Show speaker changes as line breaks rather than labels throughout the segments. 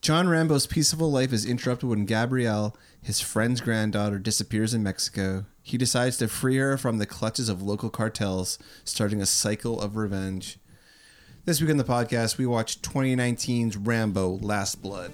John Rambo's peaceful life is interrupted when Gabrielle, his friend's granddaughter, disappears in Mexico. He decides to free her from the clutches of local cartels, starting a cycle of revenge. This week on the podcast, we watched 2019's Rambo Last Blood.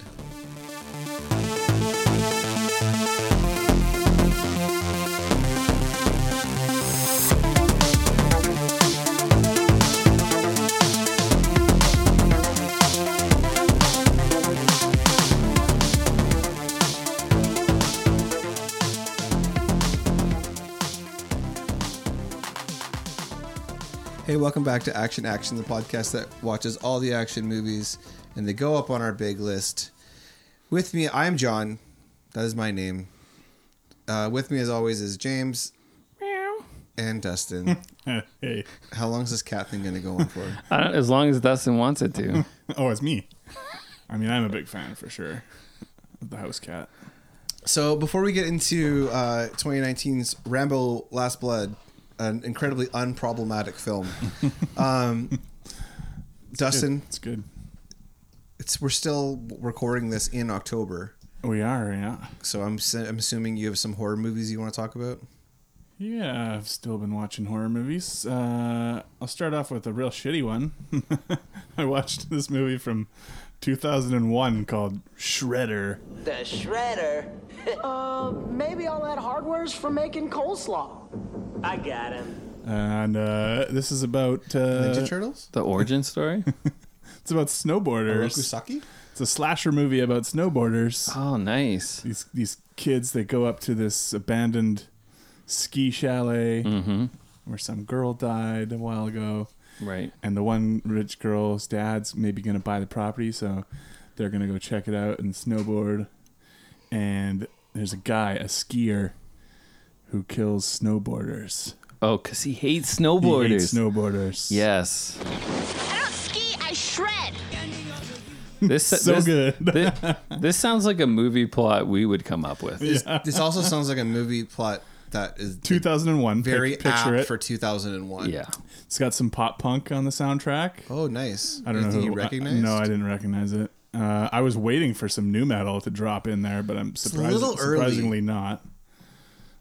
Hey, welcome back to Action Action, the podcast that watches all the action movies and they go up on our big list. With me, I'm John. That is my name. Uh, with me, as always, is James and Dustin.
hey.
How long is this cat thing going to go on for?
I don't, as long as Dustin wants it to.
Oh, it's me. I mean, I'm a big fan for sure. of The house cat.
So, before we get into uh, 2019's Rambo Last Blood, an incredibly unproblematic film, um, Dustin,
It's good.
it's, we're still recording this in October.
We are, yeah.
So I'm s- I'm assuming you have some horror movies you want to talk about.
Yeah, I've still been watching horror movies. Uh, I'll start off with a real shitty one. I watched this movie from 2001 called Shredder.
The shredder.
Uh, maybe all that hardware's for making coleslaw.
I got him.
And uh, this is about
Ninja
uh,
Turtles.
The origin story?
it's about
Oh,
snowboarders.
Rokusaki.
It's a slasher movie about snowboarders.
Oh, nice.
these these kids that go up to this abandoned ski chalet
Mm-hmm.
where some girl died a while ago,
Right.
and the one rich girl's dad's maybe gonna buy the property, so they're gonna go check it out and snowboard. And there's a guy, a skier, who kills snowboarders.
Oh, because he hates
He
snowboarders.
hates snowboarders.
yes.
I don't ski, I shred.
This
So
this-
good.
thi- this sounds like a movie plot we would come up with.
This also sounds like a movie plot that is
2001. pic-
very
picture
apt
it.
for 2001.
Yeah.
it's got some pop punk on the soundtrack.
Oh, nice.
I don't know
Did
who
you
I-
recognize?
no, I didn't recognize it. Uh, I was waiting for some new metal to drop in there, but I'm
a
surprised,
little early.
surprisingly not.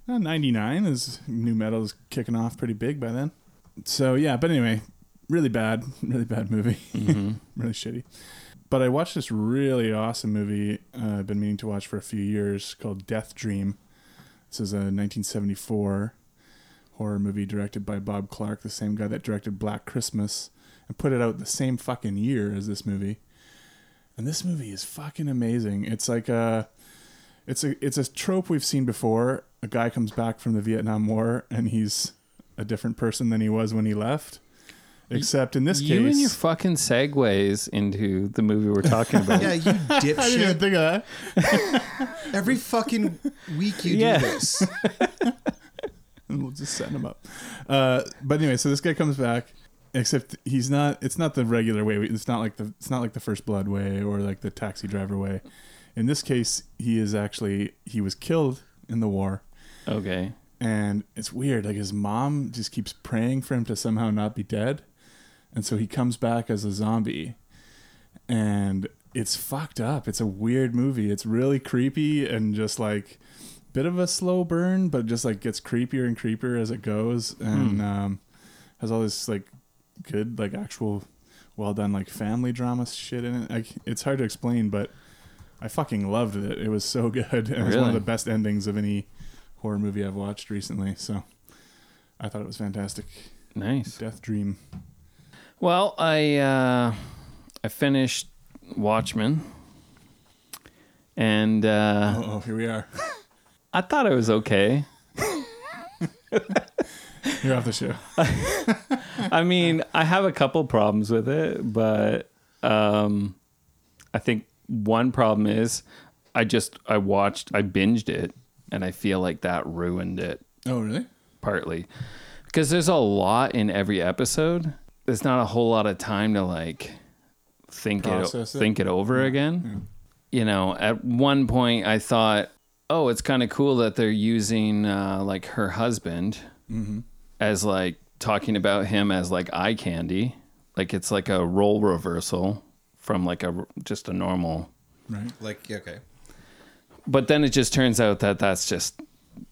Uh, 99 is new metal is kicking off pretty big by then. So yeah, but anyway, really bad, really bad movie,
Mm-hmm.
really shitty. But I watched this really awesome movie uh, I've been meaning to watch for a few years called Death Dream. This is a 1974 horror movie directed by Bob Clark, the same guy that directed Black Christmas, and put it out the same fucking year as this movie. And this movie is fucking amazing. It's like a it's a it's a trope we've seen before. A guy comes back from the Vietnam War and he's a different person than he was when he left. Except in this
You
case
and your fucking segues into the movie we're talking about.
Yeah, you
I didn't even
dipshit.
think of that.
Every fucking week you
Yeah.
do this.
and we'll just set him up. Uh, but anyway, so this guy comes back, except he's not. It's not the regular way. It's not like the. It's not like the first blood way or like the taxi driver way. In this case, he is actually he was killed in the war,
Okay.
and it's weird. Like his mom just keeps praying for him to somehow not be dead, and so he comes back as a zombie, and it's fucked up. It's a weird movie. It's really creepy and just like bit of a slow burn, but just like gets creepier and creepier as it goes, and um, has all this like good like actual well done like family drama shit in it. Like it's hard to explain, but I fucking loved it. It was so good, and it's one
Really?
of the best endings of any horror movie I've watched recently. So I thought it was fantastic.
Nice.
Death Dream.
Well, I uh, I finished Watchmen, and uh,
Oh, here we are.
I thought it was okay.
You're off the show.
I mean, I have a couple problems with it, but um, I think one problem is I just I watched I binged it, and I feel like that ruined it
Oh, really?
partly because there's a lot in every episode. There's not a whole lot of time to like think
Process
it,
it.
think it over again. You know, at one point I thought, oh, it's kind of cool that they're using uh, like her husband as like talking about him as like eye candy. Like it's like a role reversal from like a just a normal
Right.
Like, yeah, okay.
But then it just turns out that that's just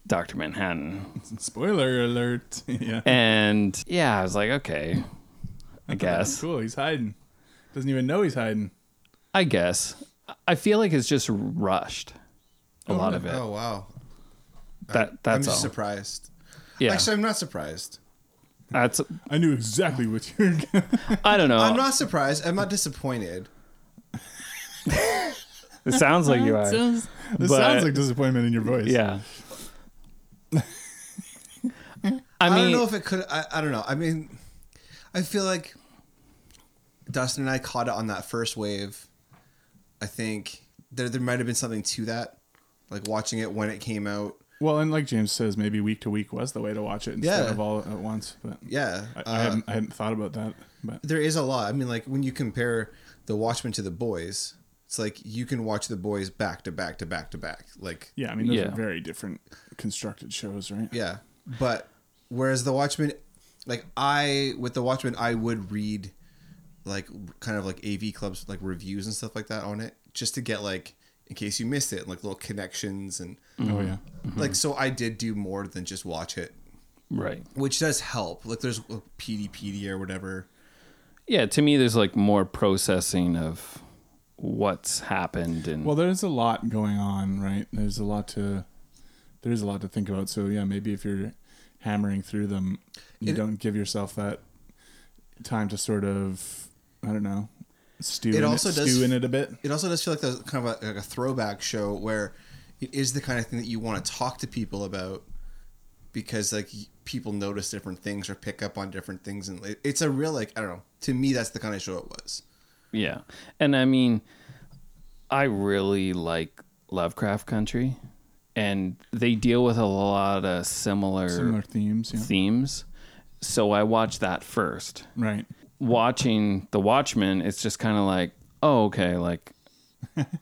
Dr. Manhattan.
Spoiler alert. yeah.
And yeah, I was like, okay, I guess.
Cool. He's hiding. Doesn't even know he's hiding.
I guess. I feel like it's just rushed. A lot of it.
Oh wow,
That
I'm
that's
just
all.
surprised.
Yeah,
Actually, I'm not surprised.
that's.
I knew exactly what you were going to
I don't know.
I'm not surprised. I'm not disappointed.
it sounds like you are.
This
But-
sounds like disappointment in your voice.
Yeah. I
I,
mean,
don't know if it could. I, I don't know. I mean, I feel like Dustin and I caught it on that first wave. I think there there might have been something to that, like watching it when it came out.
Well, and like James says, maybe week to week was the way to watch it instead
Yeah.
of all at once. But
Yeah,
I, I,
uh,
hadn't, I hadn't thought about that. But
there is a lot. I mean, like when you compare The Watchmen to The Boys, it's like you can watch The Boys back to back to back to back. Like
yeah, I mean, those
Yeah.
are very different constructed shows, right?
Yeah, but whereas the Watchmen, like I with the Watchmen, I would read like kind of like AV clubs like reviews and stuff like that on it just to get like in case you missed it and like little connections and
Oh,
Mm-hmm.
yeah.
like so I did do more than just watch it,
right?
which does help. Like there's uh, PDPD or whatever.
Yeah, to me, there's like more processing of what's happened, and
Well, there's a lot going on, right? There's a lot to there's a lot to think about. So yeah, maybe if you're hammering through them, you
It-
don't give yourself that time to sort of I don't know stew.
It
in
also
it,
does-
stew in it a bit.
It also does feel like there's kind of a, like a throwback show where it is the kind of thing that you want to talk to people about because like y- people notice different things or pick up on different things and it- it's a real like I don't know. To me, that's the kind of show it was.
yeah, and I mean, I really like Lovecraft Country, and they deal with a lot of similar,
Similar themes, yeah.
themes. So I watched that first.
Right.
Watching The Watchmen, it's just kind of like, oh, okay, like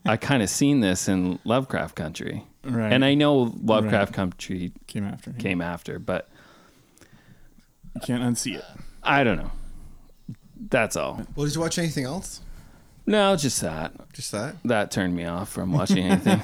I kind of seen this in Lovecraft Country,
Right.
and I know Lovecraft Country
Came after. yeah.
came after, but
You can't unsee it.
I don't know. That's all.
Well, did you watch anything else?
No, just that.
Just that?
That turned me off from watching anything.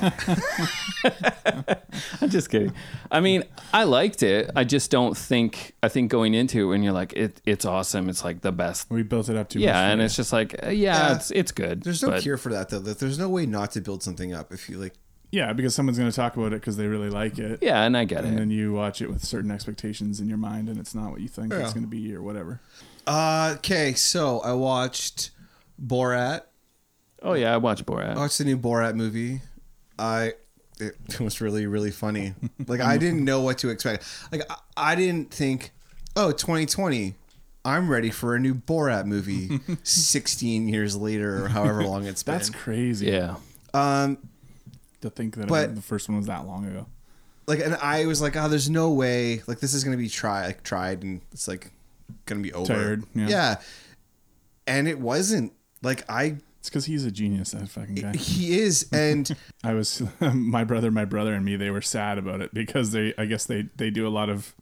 I'm just kidding. I mean, I liked it. I just don't think. I think going into it, when you're like, it, it's awesome. It's like the best.
We built it up too much.
Yeah, and
for
it's just like, uh, yeah, it's it's good.
There's no
but-
cure for that though. That there's no way not to build something up if you like.
you. yeah, because someone's going to talk about it because they really like it.
Yeah, and I get
And
it.
then you watch it with certain expectations in your mind, and it's not what you think
Yeah.
it's going to be or whatever.
Uh, okay, so I watched Borat.
oh yeah, I watch Borat.
I watched the new Borat movie. I it was really really funny. Like I didn't know what to expect. Like I, I didn't think, oh, 2020, I'm ready for a new Borat movie. 16 years later, or however long it's been.
That's crazy.
yeah,
To think that
But-
the first one was that long ago.
like, and I was like, oh, there's no way. Like this is gonna be tried, like, tried, and it's like gonna be over.
Tired, yeah.
And it wasn't. Like I,
It's because he's a genius, that fucking guy.
he is, and
I was my brother, my brother, and me. They were sad about it because they, I guess they they do a lot of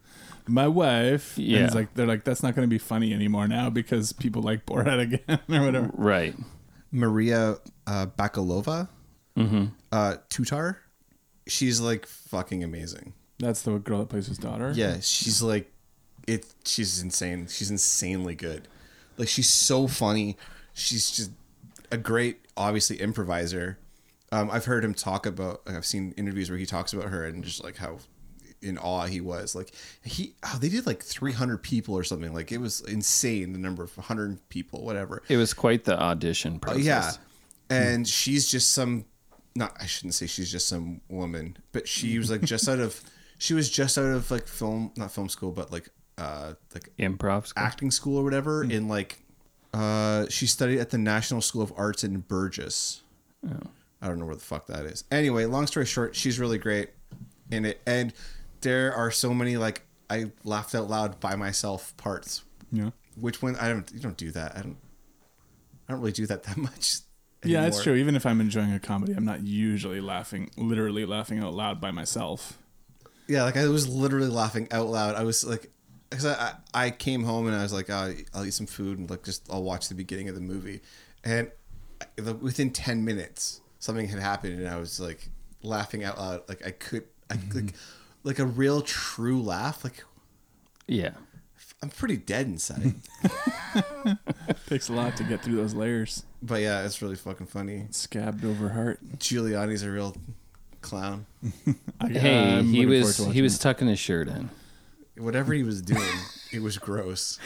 my wife. and
Yeah.
it's like they're like that's not going to be funny anymore now because people like Borat again or whatever.
right.
Maria uh, Bakalova, uh, Tutar. She's like fucking amazing.
That's the girl that plays his daughter.
Yeah, she's like it. She's insane. She's insanely good. Like she's so funny. She's just a great, obviously improviser. Um, I've heard him talk about. Like, I've seen interviews where he talks about her and just like how in awe he was. Like he, oh, they did like 300 people or something. Like it was insane. The number of 100 people, whatever.
It was quite the audition process.
Oh, Yeah. And she's just some not I shouldn't say she's just some woman, but she was like just out of she was just out of like film not film school, but like uh like
improv. School.
acting school or whatever in like uh she studied at the National School of Arts in Burgess. I don't know where the fuck that is. Anyway, long story short, she's really great in it and there are so many like I laughed out loud by myself parts
yeah,
which one I don't you don't do that. I don't I don't really do that that much.
yeah. It's
anymore.
true. Even if I'm enjoying a comedy, I'm not usually laughing, literally laughing out loud by myself.
Yeah, like I was literally laughing out loud. I was like, because I, I I came home and I was like, oh, I'll eat some food and like just I'll watch the beginning of the movie, and I- the- within ten minutes something had happened, and I was like laughing out loud. Like I could, I
Mm-hmm.
like, like a real true laugh. Like
Yeah.
I'm pretty dead inside.
Mm-hmm. Takes a lot to get through those layers.
but yeah, it's really fucking funny.
Scabbed over heart.
Giuliani's a real clown.
I,
Hey,
I'm
he
looking forward
was
to
he
watching
was tucking his shirt in.
Whatever he was doing, it was gross.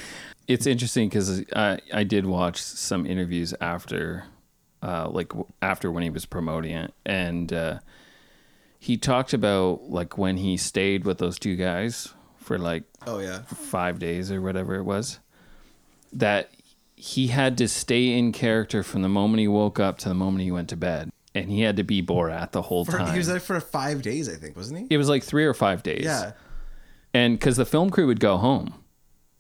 It's interesting because I I did watch some interviews after, uh, like w- after when he was promoting it, and uh, he talked about like when he stayed with those two guys for like
Oh yeah,
five days or whatever it was, that he had to stay in character from the moment he woke up to the moment he went to bed, and he had to be Borat the whole
for,
time.
he was there for five days, I think, wasn't he?
it was like three or five days.
Yeah,
And because the film crew would go home,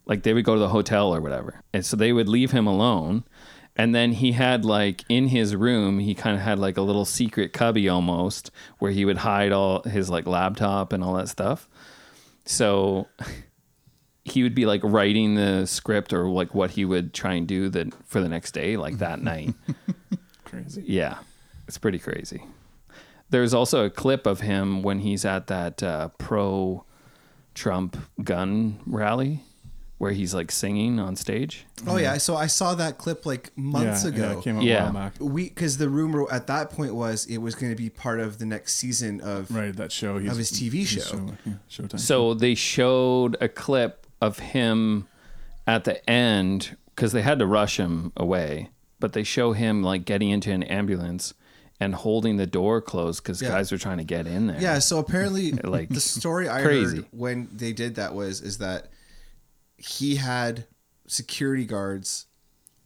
like they would go to the hotel or whatever. And so they would leave him alone. And then he had like in his room, he kind of had like a little secret cubby almost where he would hide all his like laptop and all that stuff. So he would be like writing the script or like what he would try and do that for the next day, like that night.
Crazy.
Yeah, it's pretty crazy. There's also a clip of him when he's at that uh, pro Trump gun rally where he's like singing on stage.
oh yeah. So I saw that clip like months
yeah,
ago.
Yeah, it came out
Yeah.
yeah. Back.
we because the rumor at that point was it was going to be part of the next season of
Right, that show. He's,
of his TV show.
his yeah, Showtime.
So
Mm-hmm.
they showed a clip of him at the end because they had to rush him away, but they show him like getting into an ambulance and holding the door closed because
Yeah.
guys were trying to get in there.
Yeah, so apparently,
Like,
like the story I
crazy.
heard when they did that was is that he had security guards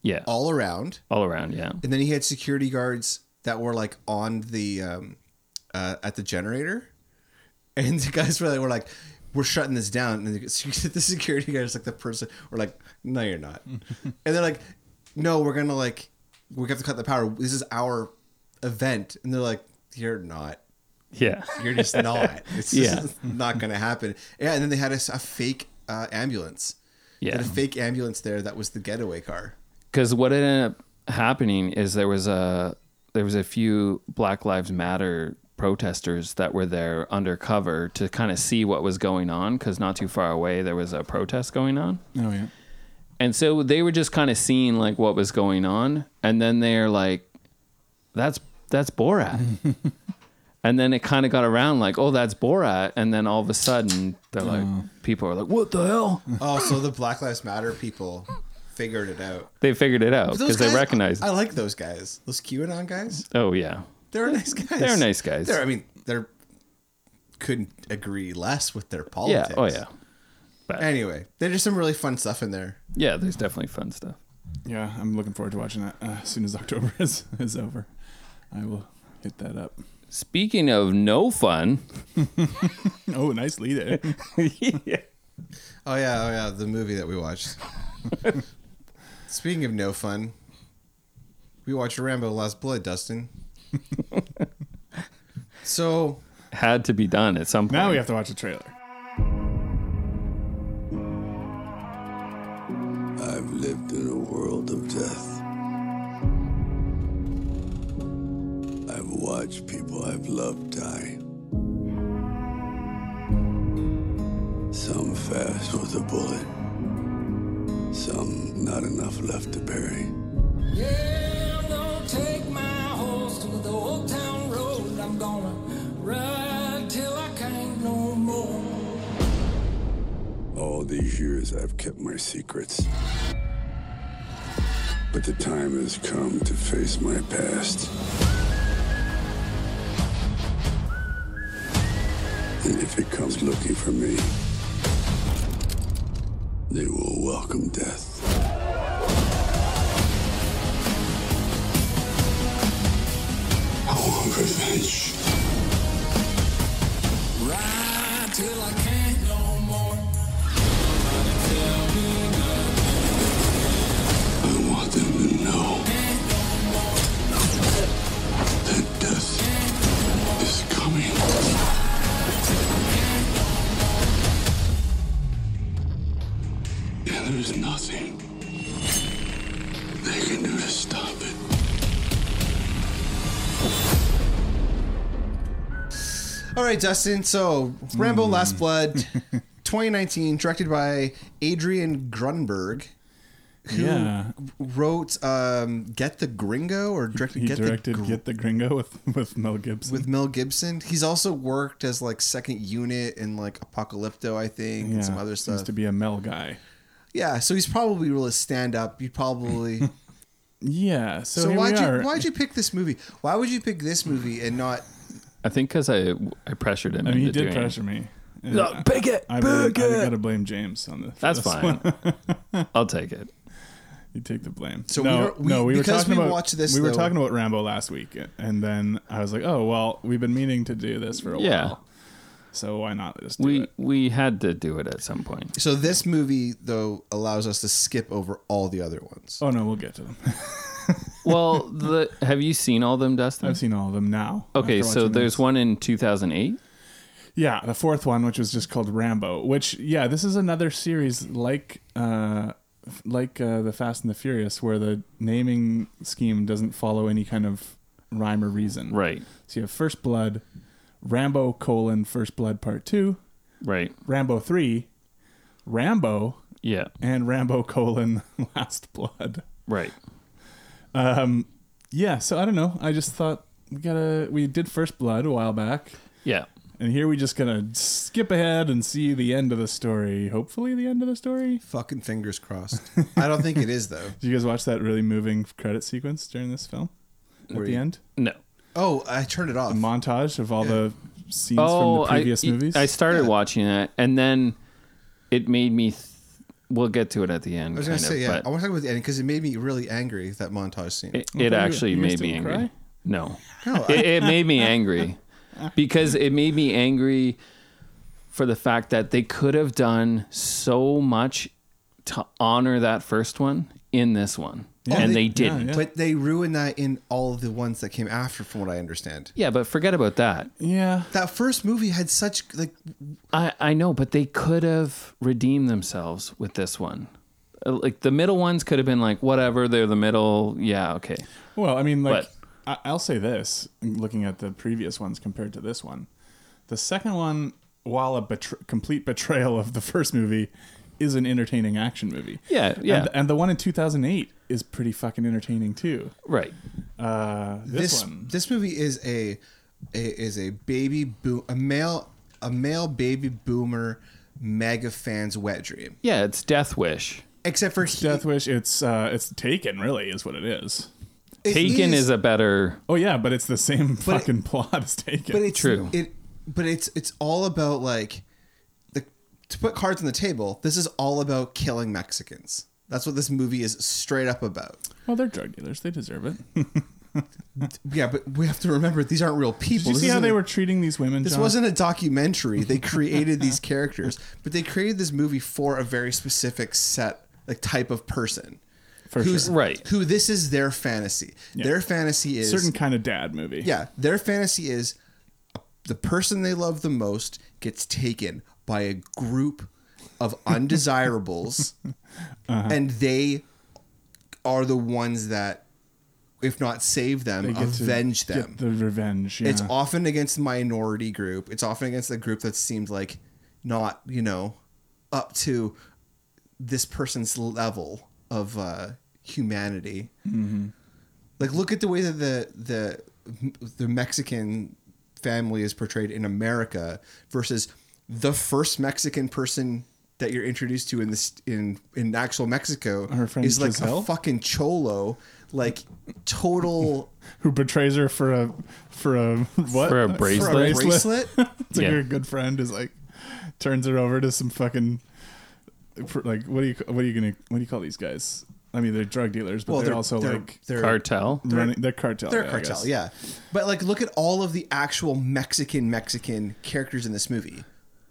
Yeah. All,
all around,
around. Yeah.
and then he had security guards that were like on the um, uh, at the generator, and the guys were like, "We're like, we're shutting this down," and the, the security guards like the person were like, "No, you're not," and they're like, "No, we're gonna like, we have to cut the power. This is our event," and they're like, "You're not."
Yeah.
You're just not. It's
Yeah.
just not going to happen. Yeah, and then they had a, s- a fake uh, ambulance. They
Yeah.
had a fake ambulance there that was the getaway car.
because what ended up happening is there was a there was a few Black Lives Matter protesters that were there undercover to kind of see what was going on because not too far away there was a protest going on
oh, yeah.
and so they were just kind of seeing like what was going on and then they're like that's that's borat and then it kind of got around like oh that's borat and then all of a sudden they're like people are like what the hell
Oh, so the Black Lives Matter people figured it out.
they figured it out
Those
because they
guys-
recognized
I like those guys. Those QAnon guys.
oh yeah
They're nice guys.
They're nice guys.
They're, I mean, they're couldn't agree less with their
yeah
politics.
oh yeah
Anyway, there's some really fun stuff in there.
Yeah, there's definitely fun stuff.
Yeah, I'm looking forward to watching that uh, as soon as October is, is over. I will hit that up.
Speaking of no fun,
Oh, nice lead in.
Oh yeah, oh yeah, the movie that we watched. Speaking of no fun, we watched Rambo: Last Blood, Dustin. so
had to be done at some point.
now we have to watch the trailer.
I've lived in a world of death. I've watched people I've loved die. Some fast with a bullet, some not enough left to bury.
Yeah, I'm gonna take my horse to the old town road. I'm gonna ride till I can't no more.
All these years I've kept my secrets. But the time has come to face my past. And if it comes looking for me, they will welcome death. I want revenge.
Ride till I can't no more.
I want them to know that death is coming. And there's nothing they can do to stop it.
All right, Dustin. So, Rambo:
Hmm.
Last Blood, 2019, directed by Adrian Grunberg, who
Yeah.
wrote um, "Get the Gringo" or directed
He
"Get
directed
the Gr-
Get the Gringo with, with Mel Gibson.
with Mel Gibson. He's also worked as like second unit in like Apocalypto, I think, and some other
Seems
stuff.
to be a Mel guy.
yeah, so he's probably really stand up. You probably
Yeah. So,
so
here
why'd
we
you
are.
why'd you pick this movie? Why would you pick this movie and not?
I think because I I pressured him.
I mean, he
into
did
doing it.
pressure me. And
No, pick it,
I, I,
pick it.
got to blame James on this.
That's
this
fine.
one. Oh,
I'll take it.
You take the blame.
So
no,
we were- we-
no, we were
because
talking
we
about
watched this,
We were
though-
talking about Rambo last week, and then I was like, "Oh well, we've been meaning to do this for a
Yeah.
while, so why not just do
We
it?"
we had to do it at some point.
So this movie though allows us to skip over all the other ones.
Oh no, we'll get to them.
Well, the have you seen all them, Dustin?
I've seen all of them now.
okay,
after
so
watching
there's
this.
one in 2008.
Yeah, the fourth one, which was just called Rambo. Which, yeah, this is another series like uh, f- like uh, the Fast and the Furious, where the naming scheme doesn't follow any kind of rhyme or reason.
Right,
So you have First Blood, Rambo colon First Blood Part Two,
right,
Rambo Three, Rambo,
yeah,
and Rambo colon Last Blood.
right.
Yeah, so I don't know. I just thought we gotta we did First Blood a while back.
Yeah.
And here we just gonna skip ahead and see the end of the story. Hopefully, the end of the story.
Fucking fingers crossed. I don't think it is though.
Did you guys watch that really moving credit sequence during this film? At
Where
the
you-
end,
No.
Oh, I turned it off.
a montage of all the scenes
Oh,
from the previous
I,
movies.
I started watching it, and then it made me. Th- we'll get to it at the end.
I was gonna
kind
say
of,
yeah.
but
I want to talk about the end because it made me really angry that montage scene.
it,
you-
it actually
you guys
made me
didn't
angry.
cry?
No,
No, I-
it, it made me angry because it made me angry for the fact that they could have done so much to honor that first one in this one, and
they-
they,
yeah,
didn't. Yeah,
yeah.
But they ruined that in all of the ones that came after, from what I understand.
but forget about that.
yeah,
That first movie had such like
I I know, but they could have redeemed themselves with this one. Uh, Like the middle ones could have been like whatever they're the middle. Yeah, okay.
Well, I mean, like, I, I'll say this: looking at the previous ones compared to this one, the second one, while a betr complete betrayal of the first movie, is an entertaining action movie.
Yeah, yeah.
And, and the one in 2008 is pretty fucking entertaining too.
Right.
Uh, this,
this. This,
one,
movie is a, a is a baby boom a male a male baby boomer mega fan's wet dream.
Yeah, it's Death Wish.
Except for he-
Death Wish, it's uh, it's Taken, really, is what it is.
it
Taken is a better
Oh yeah, but it's the same fucking plot as Taken.
but it's
True.
It but it's it's all about like the to put cards on the table. This is all about killing Mexicans. That's what this movie is straight up about.
well, they're drug dealers; they deserve it. Did
Yeah, but we have to remember these aren't real people.
you
This
see how
isn't
they
a-
were treating these women?
This
John?
wasn't a documentary. They created these characters, but they created this movie for a very specific set, like type of person.
For
who's
sure.
Right.
Who this is their fantasy. Their fantasy is
certain kind of dad movie.
yeah. Their fantasy is the person they love the most gets taken by a group of undesirables,
Uh-huh.
and they are the ones that, if not save them,
Get to
avenge them.
Get the revenge. Yeah.
It's often against the minority group. It's often against the group that seemed like not, you know, up to this person's level of uh, humanity.
Mm-hmm.
Like, look at the way that the the the Mexican family is portrayed in America versus the first Mexican person that you're introduced to in this in in actual Mexico
Her friend
is like
Giselle?
a fucking cholo, like total.
who betrays her for a for a what
For a bracelet?
for a
Bracelet?
bracelet?
it's like
Yeah.
her good friend is like turns her over to some fucking for like what do you what are you gonna what do you call these guys? I mean, they're drug dealers, but
Well,
they're, also like
they're,
cartel.
running. They're cartel.
they're a
yeah, I
cartel,
guess.
yeah. But like, look at all of the actual Mexican Mexican characters in this movie.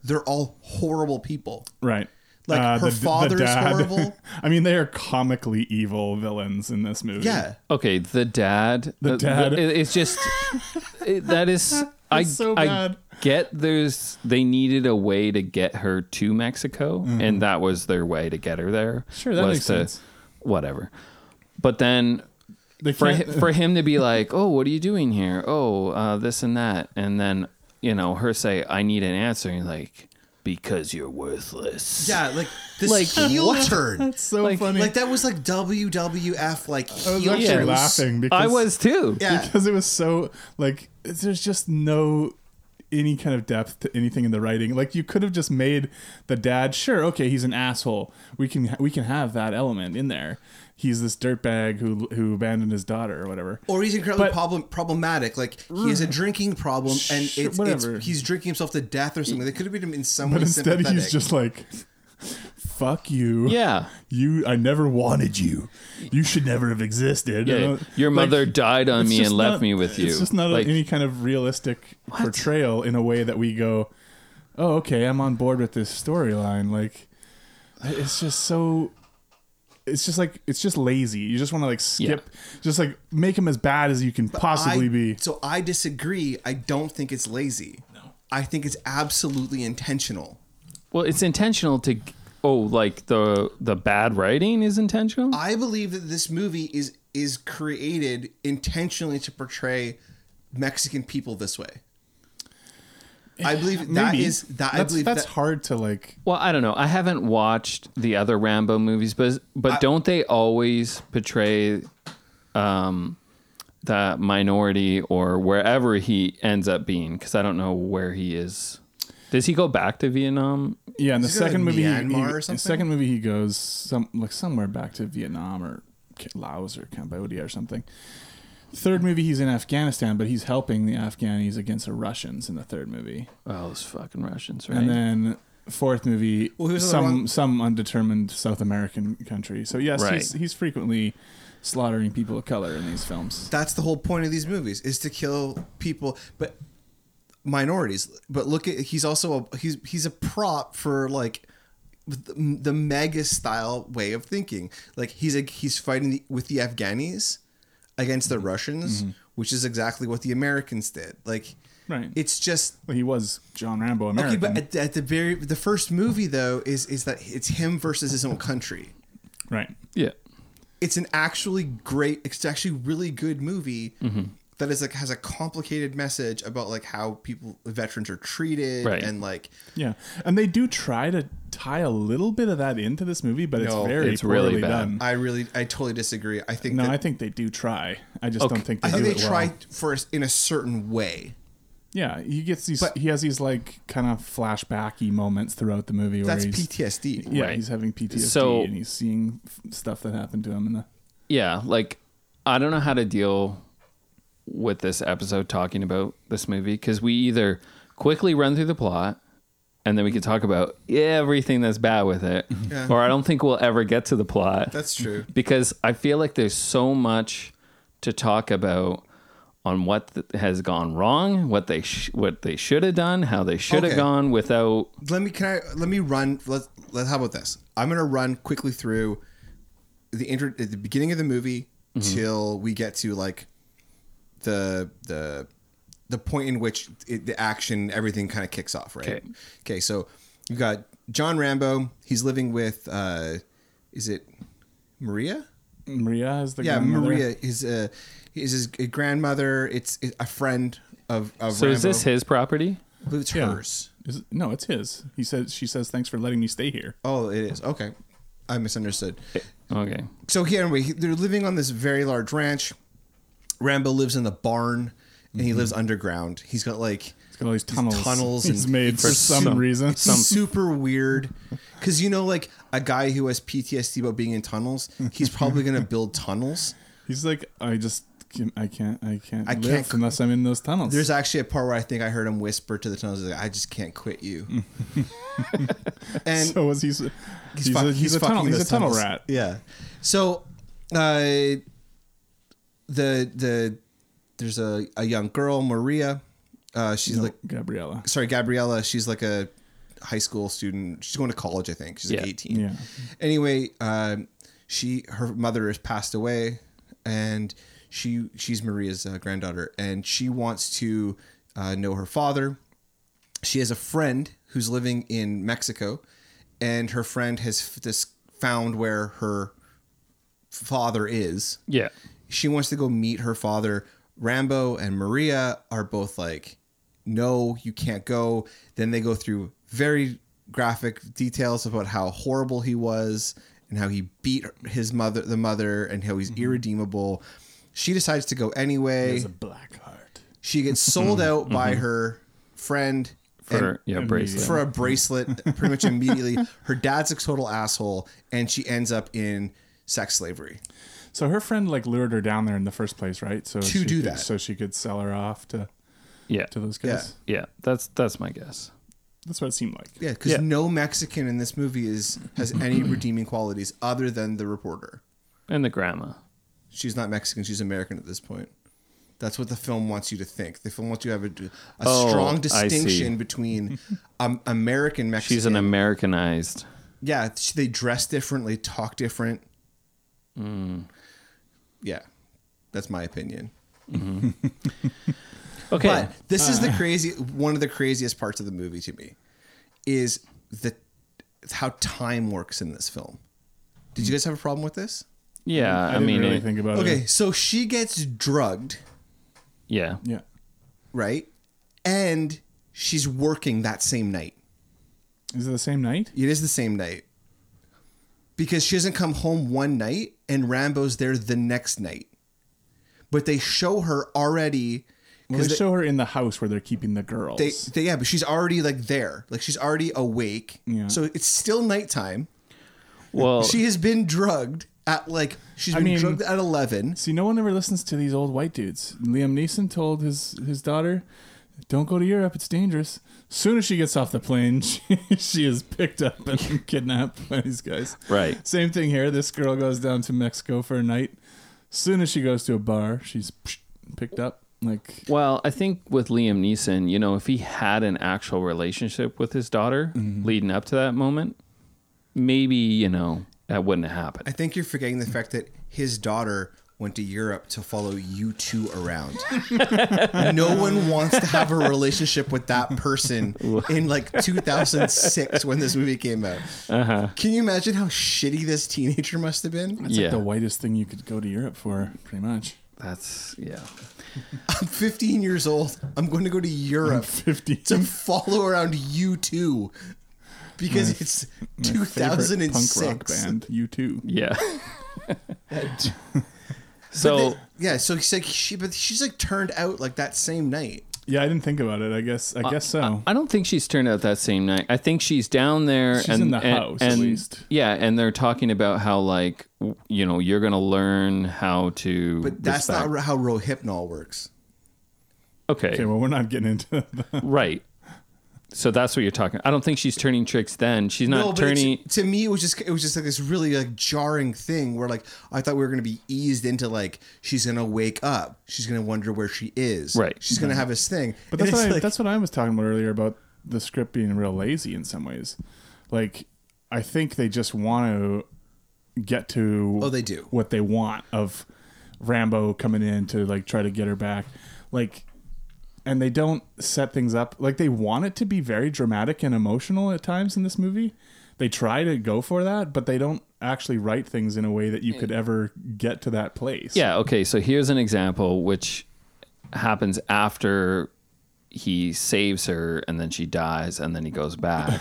They're all horrible people.
Right. Uh,
Like, her father's
dad.
horrible.
I mean, they are comically evil villains in this movie.
Yeah,
Okay, the dad. uh,
The dad.
it- it's just it, that is. I
so
I
bad.
get there's they needed a way to get her to Mexico, and that was their way to get her there.
Mm-hmm. Sure, that
was
makes
to-
sense.
Whatever, but then
They
for
can't-
hi- for him to be like, oh, what are you doing here? Oh, uh, this and that, and then you know, her say, I need an answer. And you're like, because you're worthless.
Yeah, like this
Like,
heel turn.
That's so
Like-
funny.
Like that was like WWF like
I was
heel
actually
turns.
laughing because
I was too.
Yeah.
because it was so like there's just no any kind of depth to anything in the writing. Like you could have just made the dad sure, okay, he's an asshole. We can we can have that element in there. He's this dirtbag who who abandoned his daughter or whatever.
Or he's incredibly
But-
problem, problematic. Like he has a drinking problem, and
Sure,
it's, it's
whatever.
he's drinking himself to death or something. They could have made him in some
but
way
instead
sympathetic.
he's just like fuck you.
Yeah.
You I never wanted you. You should never have existed.
Yeah,
Uh,
your
like,
mother died on
it's
me and
just
left
not-
me with you.
It's just not
like,
any kind of realistic portrayal in a way that we go, "Oh, okay, I'm on board with this storyline." Like, it's just so. It's just like it's just lazy. You just want to like skip, just like make him as bad as you can possibly
I-
be.
So I disagree. I don't think it's lazy. No, I think it's absolutely intentional.
well, it's intentional to. Oh, like the the bad writing is intentional.
I believe that this movie is is created intentionally to portray Mexican people this way. I believe that
Maybe.
is that
That's,
I believe
that's
that,
hard to like.
Well, I don't know. I haven't watched the other Rambo movies, but but don't they always portray um, the minority or wherever he ends up being? Because I don't know where he is. Does he go back to Vietnam?
Yeah, in the
Does he go to
second movie, he-
Myanmar
he-
or
in the
something?
second movie he goes some like somewhere back to Vietnam or K- Laos or Cambodia or something. Third movie he's in Afghanistan, but he's helping the Afghanis against the Russians in the third movie,
Oh, those fucking Russians, right?
and then fourth movie
Well, he was on the
some
wrong-
some undetermined South American country. So yes, he's
Right.
he's frequently slaughtering people of color in these films.
that's the whole point of these movies is to kill people, but minorities. But look at he's also a he's he's a prop for like the, the mega style way of thinking. Like he's a, he's fighting the, with the Afghanis against
Mm-hmm.
the Russians, which is exactly what the Americans did. Like
Right.
it's just
Well, he was John Rambo American.
okay, but uh, at, at the very the first movie though is is that it's him versus his own country
right.
yeah.
it's an actually great it's actually really good movie that is like has a complicated message about like how people veterans are treated
Right.
and like
Yeah, and they do try to tie a little bit of that into this movie, but
No,
it's very
it's
poorly
really bad.
done.
i really i totally disagree i think
no,
that,
I think they do try. I just
Okay.
don't think they
I
do
think they
it well.
try for us in a certain way
Yeah, he gets these.
But-
he has these like kind of flashbacky moments throughout the movie where
that's
he's
ptsd
yeah
Right.
he's having PTSD
So-
and he's seeing f- stuff that happened to him in the
yeah like i don't know how to deal with this episode talking about this movie because we either quickly run through the plot and then we can talk about everything that's bad with it or i don't think we'll ever get to the plot
that's true
because i feel like there's so much to talk about on what th- has gone wrong what they sh- what they should have done how they should have
Okay.
gone without
let me can i let me run let, let how about this i'm gonna run quickly through the intro at the beginning of the movie
Mm-hmm.
till we get to like the the the point in which it, the action everything kind of kicks off right okay,
Okay.
so you got john rambo he's living with uh is it maria
Maria is the
yeah
Mm-hmm.
grandmother.
maria is uh is his grandmother it's it's a friend of, of
so is
Rambo.
this his property
I believe it's
Yeah.
hers
Is, no, it's his. He says she says thanks for letting me stay here.
oh it is okay i misunderstood
okay
so here anyway, he- they're living on this very large ranch. Rambo lives in the barn, and he lives underground. He's got like
It's Mm-hmm. got all these
these
tunnels.
tunnels
he's
and-
made for
It's
some,
su-
reason.
it's super weird. Because you know, like a guy who has PTSD about being in tunnels, he's probably gonna build tunnels.
He's like, I just, can, I can't, I can't
I
live
can't-
unless I'm in those tunnels.
There's actually a part where I think I heard him whisper to the tunnels, like, "I just can't quit you." and
so was he's, he's,
fuck-
a, he's, a
fucking
tunnel, he's a
those
tunnel
tunnels.
rat.
Yeah. So, uh, the the there's a, a young girl Maria. Uh, she's
No,
like
Gabriella.
sorry Gabriella. She's like a high school student. She's going to college, I think. She's like
Yeah.
18.
Yeah.
Anyway, um, she her mother has passed away, and she she's Maria's uh, granddaughter, and she wants to uh, know her father she has a friend who's living in Mexico, and her friend has f- this found where her father is.
yeah
She wants to go meet her father. Rambo and Maria are both like, no, you can't go. Then they go through very graphic details about how horrible he was and how he beat his mother, the mother, and how he's
Mm-hmm.
irredeemable. She decides to go anyway.
It's a black heart.
She gets sold out by her friend
Mm-hmm. for
and-
yeah
and
bracelet.
for a bracelet pretty much immediately. Her dad's a total asshole, and she ends up in sex slavery.
So her friend like lured her down there in the first place, right? So to she
do
could,
that.
so she could sell her off to
yeah,
to those guys.
yeah. That's that's my guess.
That's what it seemed like.
Yeah, because
Yeah.
no Mexican in this movie is has any redeeming qualities other than the reporter.
And the grandma.
She's not Mexican; she's American at this point. That's what the film wants you to think. The film wants you to have a, a
Oh,
strong
I see.
distinction between um, American Mexican.
She's an Americanized.
yeah. sh- They dress differently, talk different.
Hmm.
Yeah, that's my opinion.
Okay.
But this is the crazy one of the craziest parts of the movie to me is the how time works in this film. Did you guys have a problem with this?
yeah, I,
I, didn't
mean,
really
it-
think about it.
Okay, so she gets drugged,
yeah,
Yeah.
right? And she's working that same night.
Is it the same night?
It is the same night. Because she doesn't come home one night and Rambo's there the next night. But they show her already
Well, they,
they-
show her in the house where they're keeping the girls.
they, they yeah, but she's already like there. Like she's already awake.
Yeah.
So it's still nighttime.
Well,
She has been drugged at like she's
I
been
mean-
drugged at eleven.
See, no one ever listens to these old white dudes. Liam Neeson told his his daughter, "Don't go to Europe; it's dangerous." Soon as she gets off the plane, she, she is picked up and kidnapped by these guys.
Right.
Same thing here. This girl goes down to Mexico for a night. Soon as she goes to a bar, she's picked up. Like,
well, I think with Liam Neeson, you know, if he had an actual relationship with his daughter
Mm-hmm.
leading up to that moment, maybe you know that wouldn't have happened.
I think you're forgetting the fact that his daughter went to Europe to follow you two around. no one wants to have a relationship with that person in like 2006 when this movie came out.
Uh-huh.
Can you imagine how shitty this teenager must have been?
it's
yeah,
like the whitest thing you could go to Europe for, pretty much.
that's yeah.
I'm 15 years old. I'm going to go to Europe
Fifty.
to follow around you two because it's
Favorite Punk rock
2006.
band, you too.
Yeah. so
Yeah, so he's like she, but she's like turned out like that same night.
Yeah, I didn't think about it. I guess. I guess so.
Uh, I don't think she's turned out that same night. I think she's down there
She's
and
in the
and-
house, at
and-
least.
Yeah, and they're talking about how like w- you know you're gonna learn how to.
But that's
respect-
not how Rohypnol works.
okay.
okay, well, we're not getting into that.
Right. So that's what you're talking. I don't think she's turning tricks. Then she's not
No, but it's-
turning.
to me, it was just it was just like this really like jarring thing where like I thought we were gonna be eased into like she's gonna wake up, she's gonna wonder where she is,
Right.
She's gonna have this thing,
Mhm. But
And
that's what,
it's
I,
like-
that's what I was talking about earlier about the script being real lazy in some ways. Like, I think they just want to get to
Oh, they do.
what they want of Rambo coming in to like try to get her back, like, and they don't set things up like they want it to be very dramatic and emotional at times in this movie. They try to go for that, but they don't actually write things in a way that you could ever get to that place.
Yeah. Okay. So here's an example which happens after he saves her, and then she dies, and then he goes back.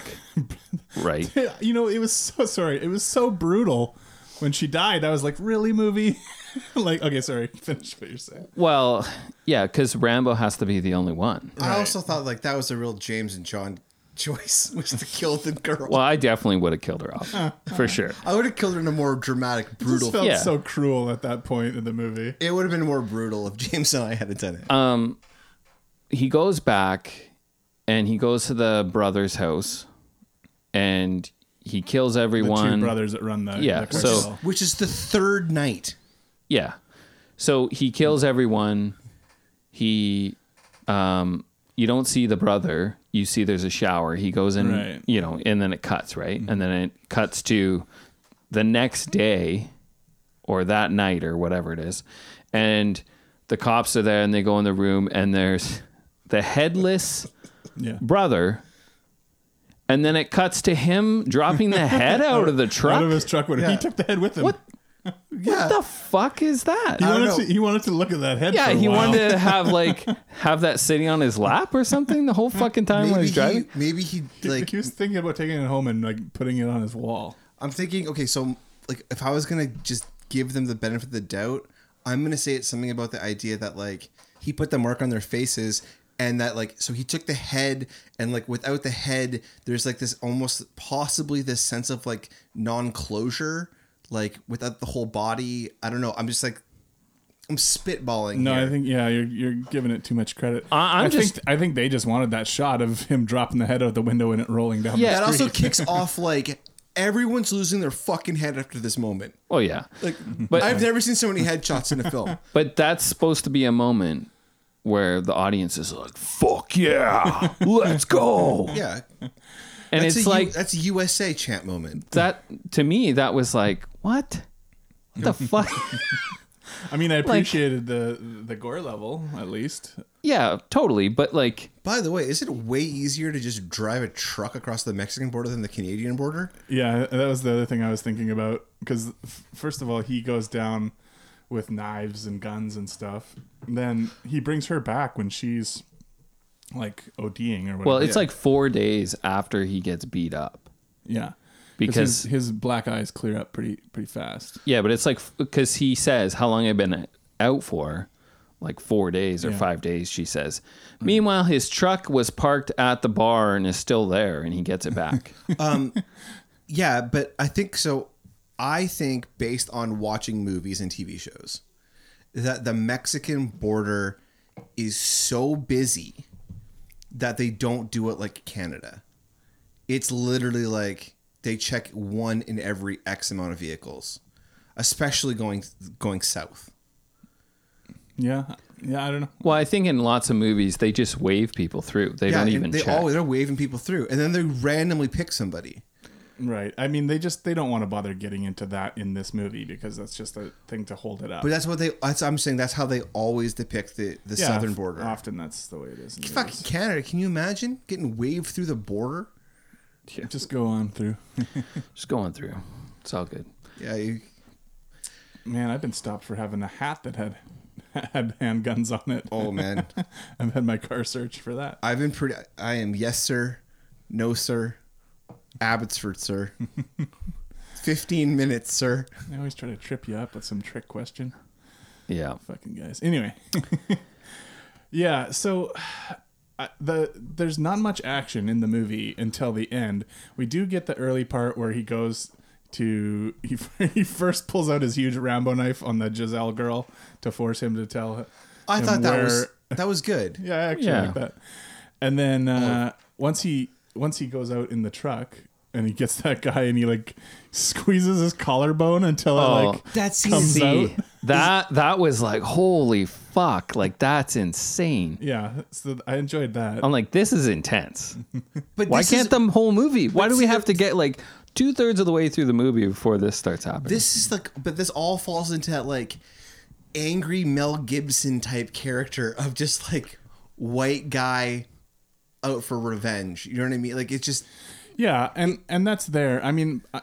right.
you know, it was so sorry. It was so brutal when she died. I was like, really, movie? like, okay, sorry. Finish what you're saying.
Well, yeah, because Rambo has to be the only one.
I also thought like that was a real James and John choice was to kill the girl.
Well, I definitely would have killed her off for sure.
I would have killed her in a more dramatic,
It just
brutal.
felt
Yeah.
so cruel at that point in the movie.
it would have been more brutal if James and I had done it.
He goes back and he goes to the brother's house and he kills
The
everyone.
two brothers that run the
Yeah,
the car
so-
sale.
Which is the third night.
Yeah. So he kills everyone. He um you don't see the brother. You see there's a shower. He goes in,
Right.
you know, and then it cuts, right? And then it cuts to the next day or that night or whatever it is. And the cops are there and they go in the room and there's the headless
yeah.
brother. And then it cuts to him dropping the head out of the truck.
Out of his truck, when he took the head with him.
What?
yeah.
What the fuck is that?
He
don't
wanted,
know.
to, he wanted to look at that head.
Yeah,
for a
he
while.
wanted to have like have that sitting on his lap or something the whole fucking time while
maybe
he's
he,
driving.
maybe he like
he was thinking about taking it home and like putting it on his wall.
I'm thinking, okay, so like if I was gonna just give them the benefit of the doubt, I'm gonna say it's something about the idea that like he put the mark on their faces and that like so he took the head and like without the head there's like this almost possibly this sense of like non-closure like without the whole body i don't know i'm just like i'm spitballing
No,
here.
I think yeah, you're you're giving it too much credit.
I- I'm
I
just-
think I think they just wanted that shot of him dropping the head out the window and it rolling down.
Yeah,
the
that
street.
also kicks off like everyone's losing their fucking head after this moment
Oh yeah.
like
But-
i've never seen so many headshots in a film
But that's supposed to be a moment where the audience is like, "Fuck yeah, let's go!"
yeah
and
That's
it's
a U-
like
that's a USA chant moment.
that to me. That was like, what? What the fuck?
I mean, I appreciated the the gore level at least.
yeah, totally. But like,
By the way, is it way easier to just drive a truck across the Mexican border than the Canadian border?
Yeah, that was the other thing I was thinking about because first of all, he goes down with knives and guns and stuff. Then he brings her back when she's like ODing or whatever.
well, it's like four days after he gets beat up.
yeah, his,
Because-
his black eyes clear up pretty pretty fast.
Yeah, but it's like because he says, "How long have I been out for?" Like four days or
Yeah.
five days, she says. Meanwhile, his truck was parked at the bar and is still there, and he gets it back.
Yeah, but I think so. I think based on watching movies and TV shows, that the Mexican border is so busy that they don't do it like Canada. It's literally like they check one in every X amount of vehicles, especially going going south.
Yeah, yeah, I don't know.
Well, I think in lots of movies they just wave people through. They don't
and
even
they
check.
always are waving people through, and then they randomly pick somebody.
Right. I mean, they just they don't want to bother getting into that in this movie because that's just a thing to hold it up.
But that's what they. That's, I'm saying that's how they always depict the, the
Yeah, uh,
southern
of-
border.
Often that's the way it is. in
Fucking
movies.
Canada! Can you imagine getting waved through the border?
Just go on through.
Just going through. It's all good.
Yeah, you,
Man, I've been stopped for having a hat that had had handguns on it.
oh man,
I've had my car searched for that.
I've been pretty. I am yes sir, no sir, Abbotsford sir. Fifteen minutes, sir.
They always try to trip you up with some trick question.
Yeah.
Fucking guys. Anyway. yeah, so I, the there's not much action in the movie until the end. We do get the early part where he goes to he, he first pulls out his huge Rambo knife on the Giselle girl to force him to tell
I
him
thought that
where-
was that was good.
Yeah, I actually
Yeah.
like that. And then uh, once he once he goes out in the truck and he gets that guy and he like squeezes his collarbone until it
Oh.
like
That's
comes out.
See Eh, that that was like holy fuck! Like that's insane.
Yeah, so I enjoyed that.
I'm like this is intense.
But
Why
this
can't
is,
the whole movie? Why do we
see,
have to get like two thirds of the way through the movie before this starts happening?
this is like? But this all falls into that like angry Mel Gibson type character of just like white guy out for revenge. You know what I mean? Like it's just
Yeah, and and that's there. I mean, I,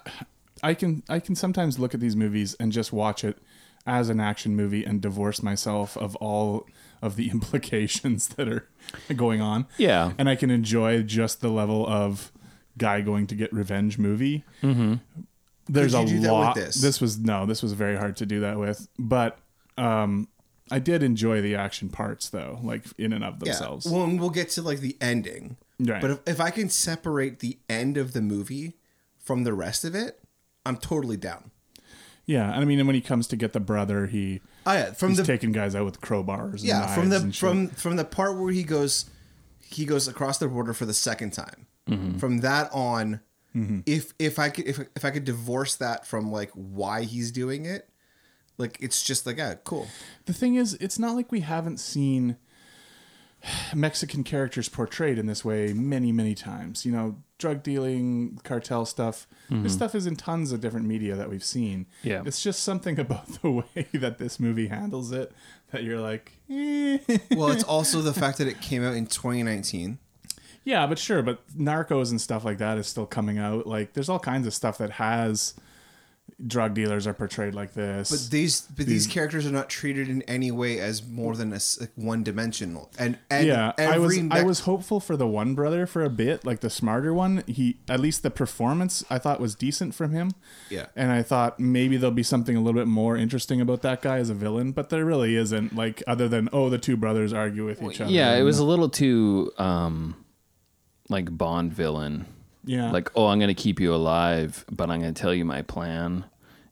I can I can sometimes look at these movies and just watch it as an action movie and divorce myself of all of the implications that are going on.
Yeah.
and I can enjoy just the level of guy going to get revenge movie. Mm-hmm. There's
Could you
a
do that with
lot.
this?
this was no, this was very hard to do that with, but. um I did enjoy the action parts though, like in and of themselves.
Well, and we'll get to like the ending.
Right.
But if, if I can separate the end of the movie from the rest of it, I'm totally down.
yeah, I mean, and when he comes to get the brother, he
Oh, yeah, from
he's
the
taking guys out with crowbars.
yeah
and
from
knives
the
and shit.
from from the part where he goes he goes across the border for the second time.
Mm-hmm.
From that on, if if I could if if I could divorce that from like why he's doing it, like it's just like ah cool.
the thing is, it's not like we haven't seen Mexican characters portrayed in this way many many times. You know, drug dealing, cartel stuff. This stuff is in tons of different media that we've seen.
Yeah.
it's just something about the way that this movie handles it that you're like, eh.
Well, it's also the fact that it came out in 2019.
yeah, but sure, but Narcos and stuff like that is still coming out. Like, there's all kinds of stuff that has drug dealers are portrayed like this.
But these but these characters are not treated in any way as more than a s- like one dimensional. And, and
yeah, I was
every
I
Mex-
was hopeful for the one brother for a bit, like the smarter one. He at least the performance I thought was decent from him.
Yeah.
and I thought maybe there'll be something a little bit more interesting about that guy as a villain, but there really isn't. Like other than oh, the two brothers argue with each other.
Yeah, it
and-
was a little too um like Bond villain.
Yeah.
Like, oh, I'm going to keep you alive, but I'm going to tell you my plan.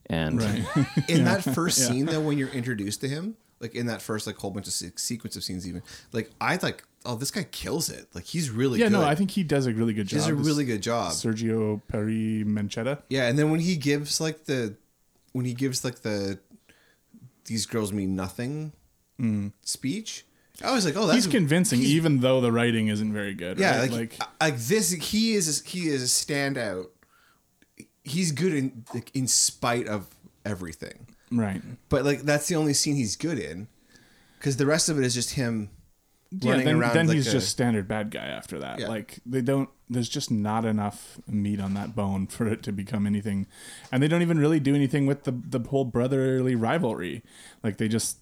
And
right.
in that first scene though when you're introduced to him like in that first like whole bunch of se- sequence of scenes even like i like oh this guy kills it like he's really
yeah,
good.
no, I think he does a really good
he
job.
does a
This
really good job
Sergio Peri Manchetta.
yeah and then when he gives like the when he gives like the these girls mean nothing speech i was like oh that's
Mm. He's convincing,
he's-
even though the writing isn't very good.
yeah
right?
like, like this he is he is a standout he's good in like, in spite of everything
right.
But like that's the only scene he's good in, because the rest of it is just him
Yeah,
running
then,
around.
then
like
he's
a-
just standard bad guy after that.
Yeah.
Like they don't. There's just not enough meat on that bone for it to become anything, and they don't even really do anything with the the whole brotherly rivalry. Like they just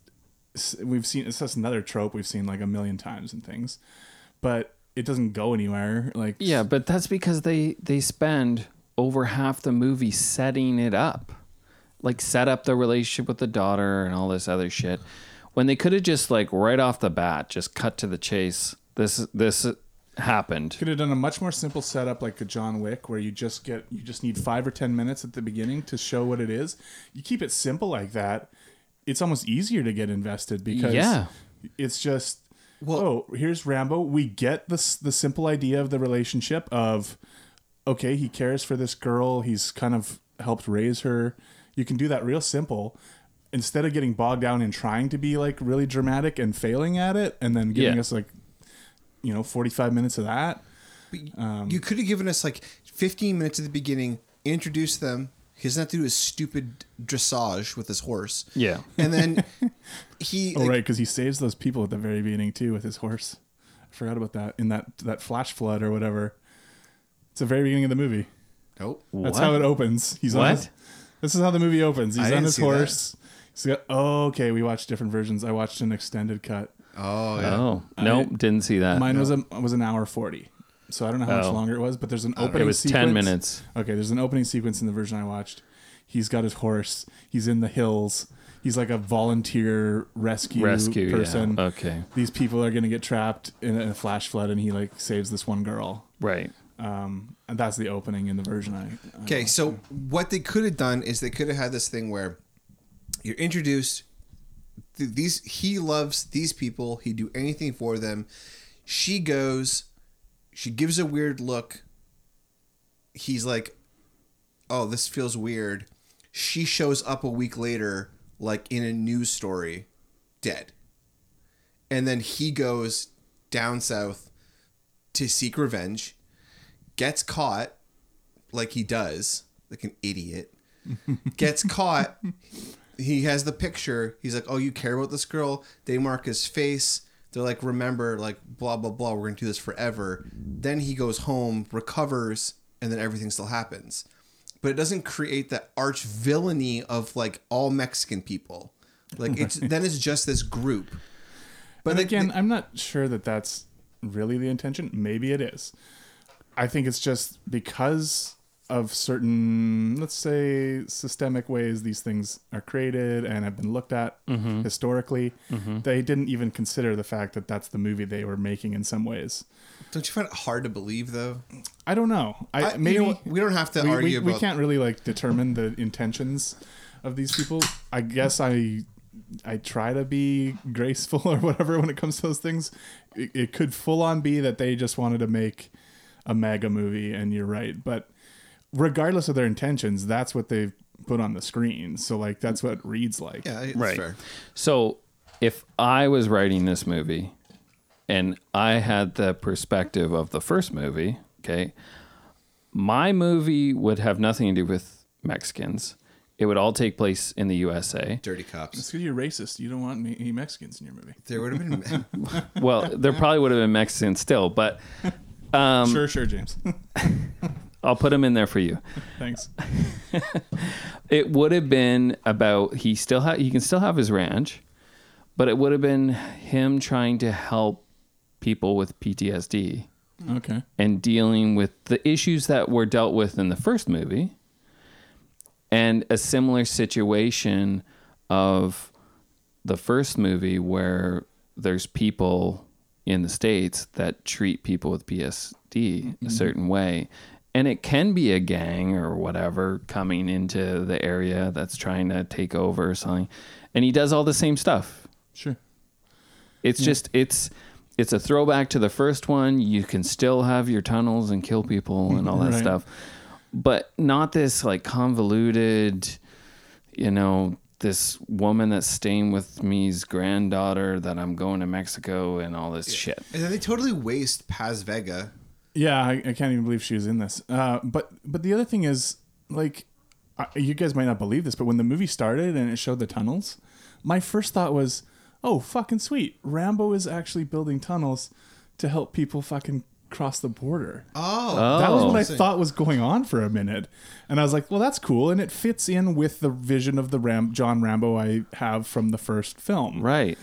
s- we've seen it's just another trope we've seen like a million times and things, but it doesn't go anywhere. Like
yeah, but that's because they they spend over half the movie setting it up. Like set up the relationship with the daughter and all this other shit. When they could have just like right off the bat just cut to the chase. This this happened.
could have done a much more simple setup like a John Wick where you just get you just need 5 or 10 minutes at the beginning to show what it is. You keep it simple like that, it's almost easier to get invested because
Yeah.
it's just
Well-
oh, here's Rambo. We get the s- the simple idea of the relationship of okay, he cares for this girl. He's kind of helped raise her. You can do that real simple instead of getting bogged down in trying to be like really dramatic and failing at it and then giving
Yeah.
us like you know 45 minutes of that. um,
you could have given us like 15 minutes at the beginning, introduce them. He doesn't have to do his stupid dressage with his horse.
Yeah.
and then he
Oh,
like,
right, because he saves those people at the very beginning too with his horse. I forgot about that in that that flash flood or whatever. It's the very beginning of the movie.
nope.
That's
What?
how it opens. He's on
What?
his, This is how the movie opens. He's on
didn't
his
see that.
horse. He's got, oh, okay. We watched different versions. I watched an extended cut.
Oh yeah,
Oh, nope, didn't see that.
Mine was a was an hour forty. So I don't know how
Oh.
much longer it was, but there's an
know.
opening.
It was 10
sequence.
minutes.
Okay, there's an opening sequence in the version I watched. He's got his horse. He's in the hills. He's like a volunteer rescue,
Rescue, yeah.
person.
Okay.
These people are gonna get trapped in a flash flood, and he like saves this one girl.
Right.
Um, and that's the opening in the version I. I
Okay, so what they could have done is they could have had this thing where you're introduced th- these he loves these people, he'd do anything for them. She goes, she gives a weird look. He's like, "Oh, this feels weird." She shows up a week later like in a news story dead. And then he goes down south to seek revenge, gets caught, like he does, like an idiot, gets caught. He has the picture. He's like, "Oh, you care about this girl?" They mark his face. They're like, "Remember, like blah blah blah. We're gonna do this forever." Then he goes home, recovers, and then everything still happens. But it doesn't create that arch villainy of like all Mexican people. Like it's then it's just this group. But
And
like,
again, I'm not sure that that's really the intention. Maybe it is. I think it's just because of certain, let's say, systemic ways these things are created and have been looked at historically. They didn't even consider the fact that that's the movie they were making in some ways.
don't you find it hard to believe though?
I don't know. I,
I- you
maybe
know what? we don't have to
we,
argue
we,
about.
we can't really like determine the intentions of these people i guess i i try to be graceful or whatever when it comes to those things it, it could full on be that they just wanted to make a mega movie and you're right but regardless of their intentions that's what they've put on the screen so like that's what it reads like
Yeah, it's
Right.
fair.
So if I was writing this movie and I had the perspective of the first movie, okay, my movie would have nothing to do with Mexicans. It would all take place in the USA.
Dirty cops.
because you're racist you don't want me- any mexicans in your movie
There would have been
Well, there probably would have been Mexicans still, but
sure sure james
I'll put them in there for you.
Thanks.
It would have been about he still ha- he can still have his ranch, but it would have been him trying to help people with PTSD
Okay.
and dealing with the issues that were dealt with in the first movie and a similar situation of the first movie where there's people in the states that treat people with PSD a certain way and it can be a gang or whatever coming into the area that's trying to take over or something and he does all the same stuff
Sure.
it's just it's it's a throwback to the first one. You can still have your tunnels and kill people and all that
Right.
stuff, but not this like convoluted. You know, this woman that's staying with me's granddaughter that I'm going to Mexico and all this shit.
And then they totally waste Paz Vega.
Yeah, I, I can't even believe she was in this. Uh, but but the other thing is, like, I, you guys might not believe this, but when the movie started and it showed the tunnels, my first thought was, "Oh, fucking sweet! Rambo is actually building tunnels to help people fucking cross the border."
Oh,
That was what I
Interesting.
thought was going on for a minute, and I was like, "Well, that's cool," and it fits in with the vision of the Ram- John Rambo I have from the first film.
Right.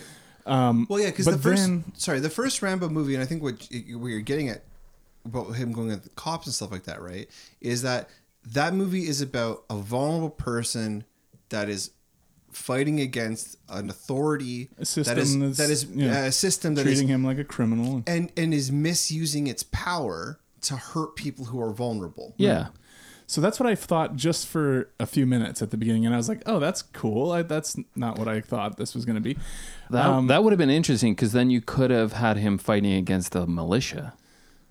well, yeah, because
but
the first,
then-
sorry, the first Rambo movie, and I think what you- what you're getting at about him going at the cops and stuff like that, right, is that that movie is about a vulnerable person that is fighting against an authority
A system
that is
that's,
that is
yeah,
a system that is
Treating him like a criminal.
and and is misusing its power to hurt people who are vulnerable.
Yeah.
So that's what I thought just for a few minutes at the beginning, and I was like, "Oh, that's cool. I, that's not what I thought this was going to be."
That that would have been interesting because then you could have had him fighting against the militia.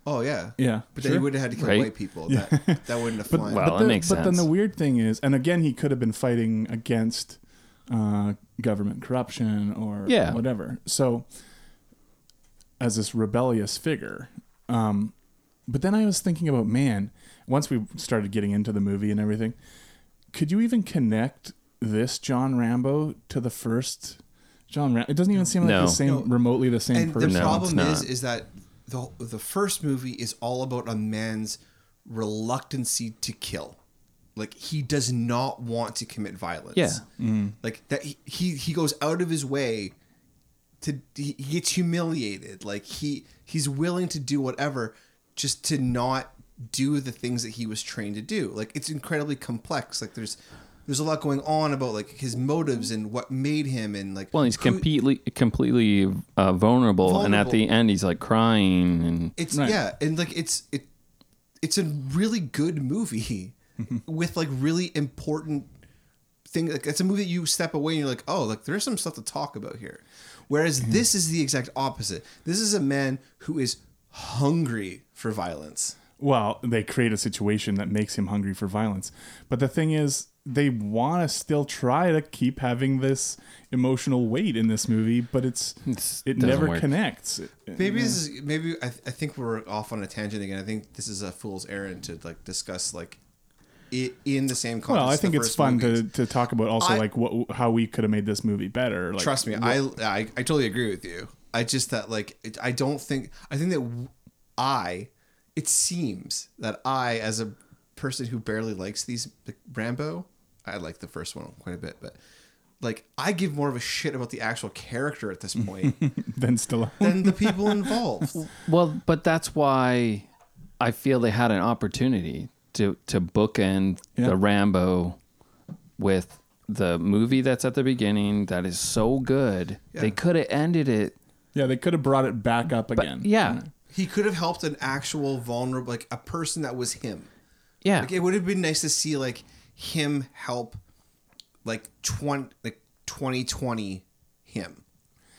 Oh yeah.
Yeah,
But then
sure.
you would have had to kill
Right.
white people. That that wouldn't have flown.
Well,
but
that
the-
makes
but then
sense.
the weird thing is, and again, he could have been fighting against uh, government corruption or
Yeah.
whatever. So, as this rebellious figure, um, but then I was thinking about man. Once we started getting into the movie and everything, could you even connect this John Rambo to the first John Rambo? It doesn't even seem like
No.
the same,
No.
remotely the same
and the
person.
No,
problem is
it's not.
is that the the first movie is all about a man's reluctancy to kill. Like he does not want to commit violence.
Yeah.
Like that he, he he goes out of his way to he he gets humiliated. Like he he's willing to do whatever just to not do the things that he was trained to do. Like it's incredibly complex. Like there's there's a lot going on about like his motives and what made him and like
Well, he's
who-
completely completely uh, vulnerable, and at
Vulnerable.
the end he's like crying and
It's
Right.
yeah, and like it's it, it's a really good movie with like really important thing. Like it's a movie that you step away and you're like, oh, like there's some stuff to talk about here. Whereas
Mm-hmm.
this is the exact opposite. This is a man who is hungry for violence.
Well, they create a situation that makes him hungry for violence. But the thing is, they want to still try to keep having this emotional weight in this movie, but it's,
It's-
it
doesn't
never
work.
connects.
Maybe this is maybe I, I think we're off on a tangent again. I think this is a fool's errand to like discuss like it in the same context.
Well, I
as the
think it's
first
fun
movies.
to, to talk about also
I-
like what how we could have made this movie better. Like,
Trust me, I, I I totally agree with you. I just that like it, I don't think I think that w- I it seems that I as a person who barely likes these like, Rambo, I like the first one quite a bit, but like I give more of a shit about the actual character at this point
Ben Stallone.
than the people involved.
Well, but that's why I feel they had an opportunity to to bookend
Yeah.
the Rambo with the movie that's at the beginning that is so good. They could have ended it. Mm.
yeah, they could have brought it back up again.
Yeah.
He could have helped an actual vulnerable like a person that was him.
Yeah.
Like it would have been nice to see like him help like 20 like 2020 him.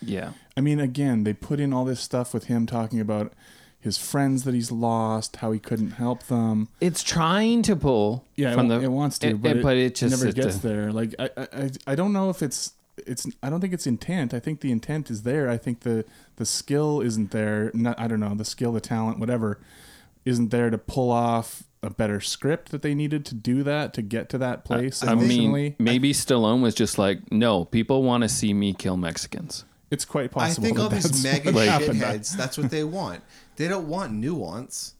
yeah.
I mean, again, they put in all this stuff with him talking about his friends that he's lost, how he couldn't help them.
It's trying to pull
yeah, it,
from
wa-
the
it wants to, but, it,
just
never
it,
gets
uh,
there. Like I, I, I- I don't know if it's it's I don't think it's intent. I think the intent is there. I think the the skill isn't there. Not, I don't know the skill, the talent, whatever, isn't there to pull off a better script that they needed to do that to get to that place
I
emotionally.
mean, maybe Stallone was just like, no, people want to see me kill Mexicans.
it's quite
I
possible.
think
that
all these
that's
mega
what
shitheads,
happened.
that's what they want. They don't want nuance.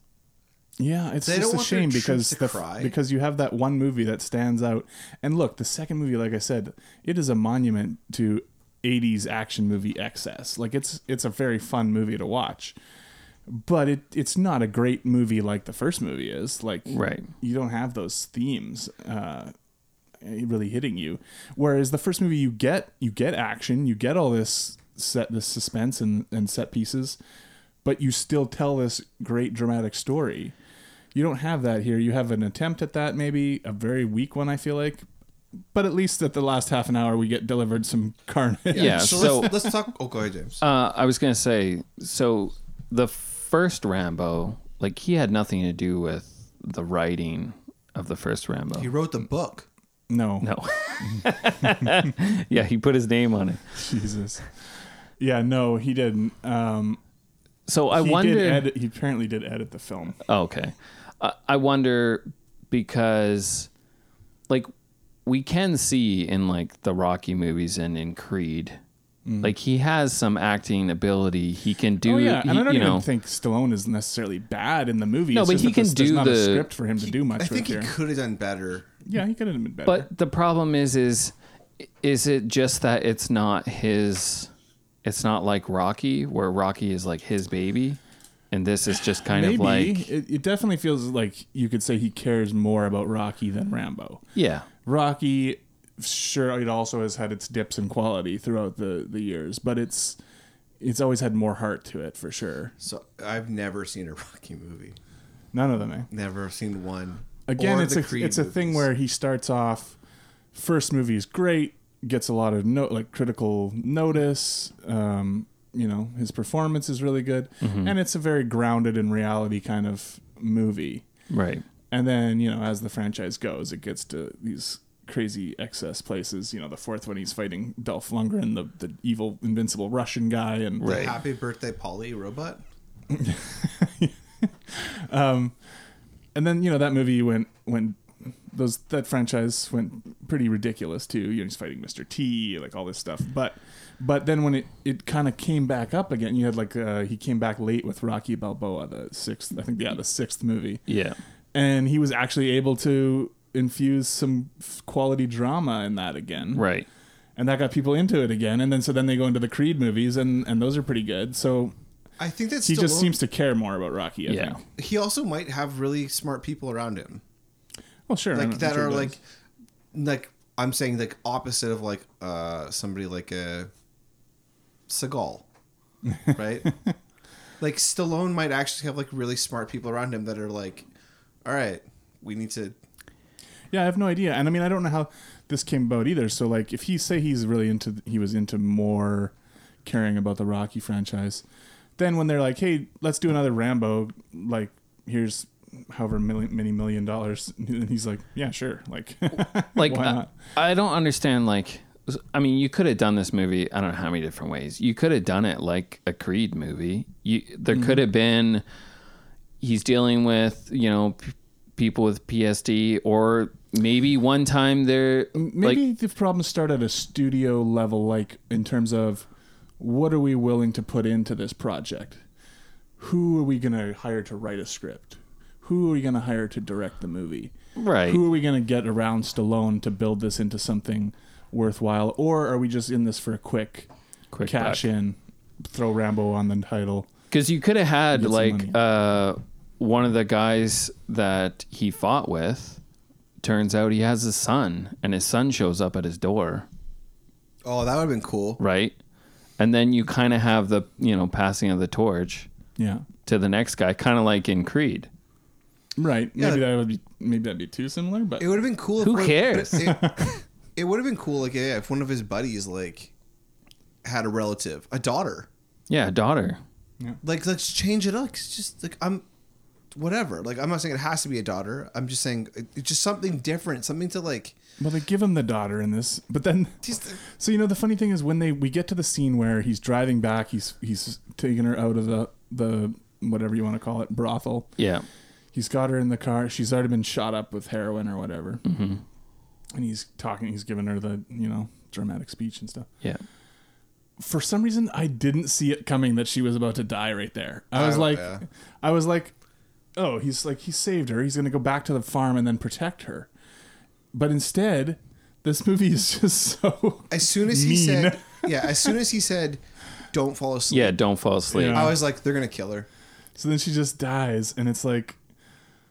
Yeah, it's
They
just
don't
a
want their
shame because
troops to
the f-
cry.
because you have that one movie that stands out. And look, the second movie, like I said, it is a monument to '80s action movie excess. Like it's it's a very fun movie to watch, but it it's not a great movie like the first movie is. Like
Right.
you don't have those themes uh, really hitting you. Whereas the first movie, you get you get action, you get all this set this suspense and and set pieces, but you still tell this great dramatic story. You don't have that here. You have an attempt at that, maybe a very weak one. I feel like, but at least at the last half an hour, we get delivered some carnage.
Yeah,
So,
so-
let's, let's talk. Oh, go ahead, James.
Uh, I was gonna say, so the first Rambo, like he had nothing to do with the writing of the first Rambo.
he wrote the book.
No,
no. yeah, he put his name on it.
Jesus. Yeah, no, he didn't. Um,
So I
he
wonder.
Did edit, he apparently did edit the film.
Oh, okay. I I wonder because, like, we can see in like the Rocky movies and in Creed, like he has some acting ability. He can do.
Mm. oh yeah, and
he-
I don't
you
even
know,
think Stallone is necessarily bad in the movie.
No,
It's
but
just
he
that
can
there's- there's
do
not a
the-
script for him to do much
I think he
with here.
could have done better.
Yeah, he could have been better.
But the problem is, is is it just that it's not his? It's not like Rocky, where Rocky is like his baby, and this is just kind
maybe
of like
it, it definitely feels like you could say he cares more about Rocky than Rambo.
yeah,
Rocky, sure, it also has had its dips in quality throughout the the years, but it's it's always had more heart to it for sure.
So I've never seen a Rocky movie.
None of them. Eh?
Never seen one.
again
Or
it's
the
a
Creed
it's a thing
movies.
where he starts off first movie is great gets a lot of no like critical notice um you know his performance is really good
Mm-hmm.
and it's a very grounded in reality kind of movie
right.
and then you know as the franchise goes it gets to these crazy excess places you know the fourth one he's fighting dolph lundgren the, the evil invincible russian guy and
Right.
Happy Birthday, Polly Robot.
and then you know that movie went went those that franchise went pretty ridiculous too. You know, he's fighting Mr. T, like all this stuff. But but then when it it kind of came back up again, you had like uh, he came back late with Rocky Balboa, the sixth, I think, yeah, the sixth movie,
Yeah.
and he was actually able to infuse some f- quality drama in that again,
Right.
And that got people into it again, and then so then they go into the Creed movies, and and those are pretty good. So
I think that's
he just
Stallone-
seems to care more about Rocky. I
Yeah.
think.
He also might have really smart people around him,
Well, sure.
like
I'm
that
sure
are
he does.
like, like I'm saying, like opposite of like uh somebody like a Seagal, right? like Stallone might actually have like really smart people around him that are like, all right, we need to.
Yeah, I have no idea, and I mean, I don't know how this came about either. So, like, if he say he's really into, he was into more caring about the Rocky franchise, then when they're like, "Hey, let's do another Rambo," like, here's however million, many million dollars, and he's like, "Yeah, sure." Like,
like
Why
I-
not?
I, don't understand like i mean you could have done this movie i don't know how many different ways you could have done it like a creed movie you there
Mm-hmm.
could have been he's dealing with you know p- people with psd or maybe one time they're
maybe
like
the problems start at a studio level, like in terms of what are we willing to put into this project? Who are we going to hire to write a script? Who are we going to hire to direct the movie?
Right.
Who are we going to get around Stallone to build this into something worthwhile? Or are we just in this for a quick,
Quick
cash
buck.
in, throw Rambo on the title?
because you could have had
Get some
like
money.
uh one of the guys that he fought with turns out he has a son and his son shows up at his door
Oh, that would have been cool.
right? And then you kind of have the you know passing of the torch
Yeah.
to the next guy, kind of like in Creed.
Right.
Yeah.
Maybe that would be maybe that'd be too similar, but
It would have been cool. If
Who
one of-
cares?
It, it would have been cool, like yeah, if one of his buddies like had a relative, a daughter.
Yeah, daughter.
like let's change it up. 'cause it's just like I'm, whatever. Like I'm not saying it has to be a daughter. I'm just saying it- it's just something different, something to like.
Well, they give him the daughter in this, but then
Just-
so you know the funny thing is when they we get to the scene where he's driving back, he's he's taking her out of the the whatever you want to call it brothel.
Yeah,
He's got her in the car. She's already been shot up with heroin or whatever. Mm-hmm. And he's talking. He's giving her the you know dramatic speech and stuff.
yeah.
For some reason, I didn't see it coming that she was about to die right there. I was
Oh,
like,
yeah.
I was like, oh, he's like he saved her. He's going to go back to the farm and then protect her. But instead, this movie is just so
As soon as he
Mean.
said, yeah, as soon as he said, "Don't fall asleep,"
Yeah, don't fall asleep.
Yeah.
I was like, "They're gonna kill her."
So then she just dies, and it's like,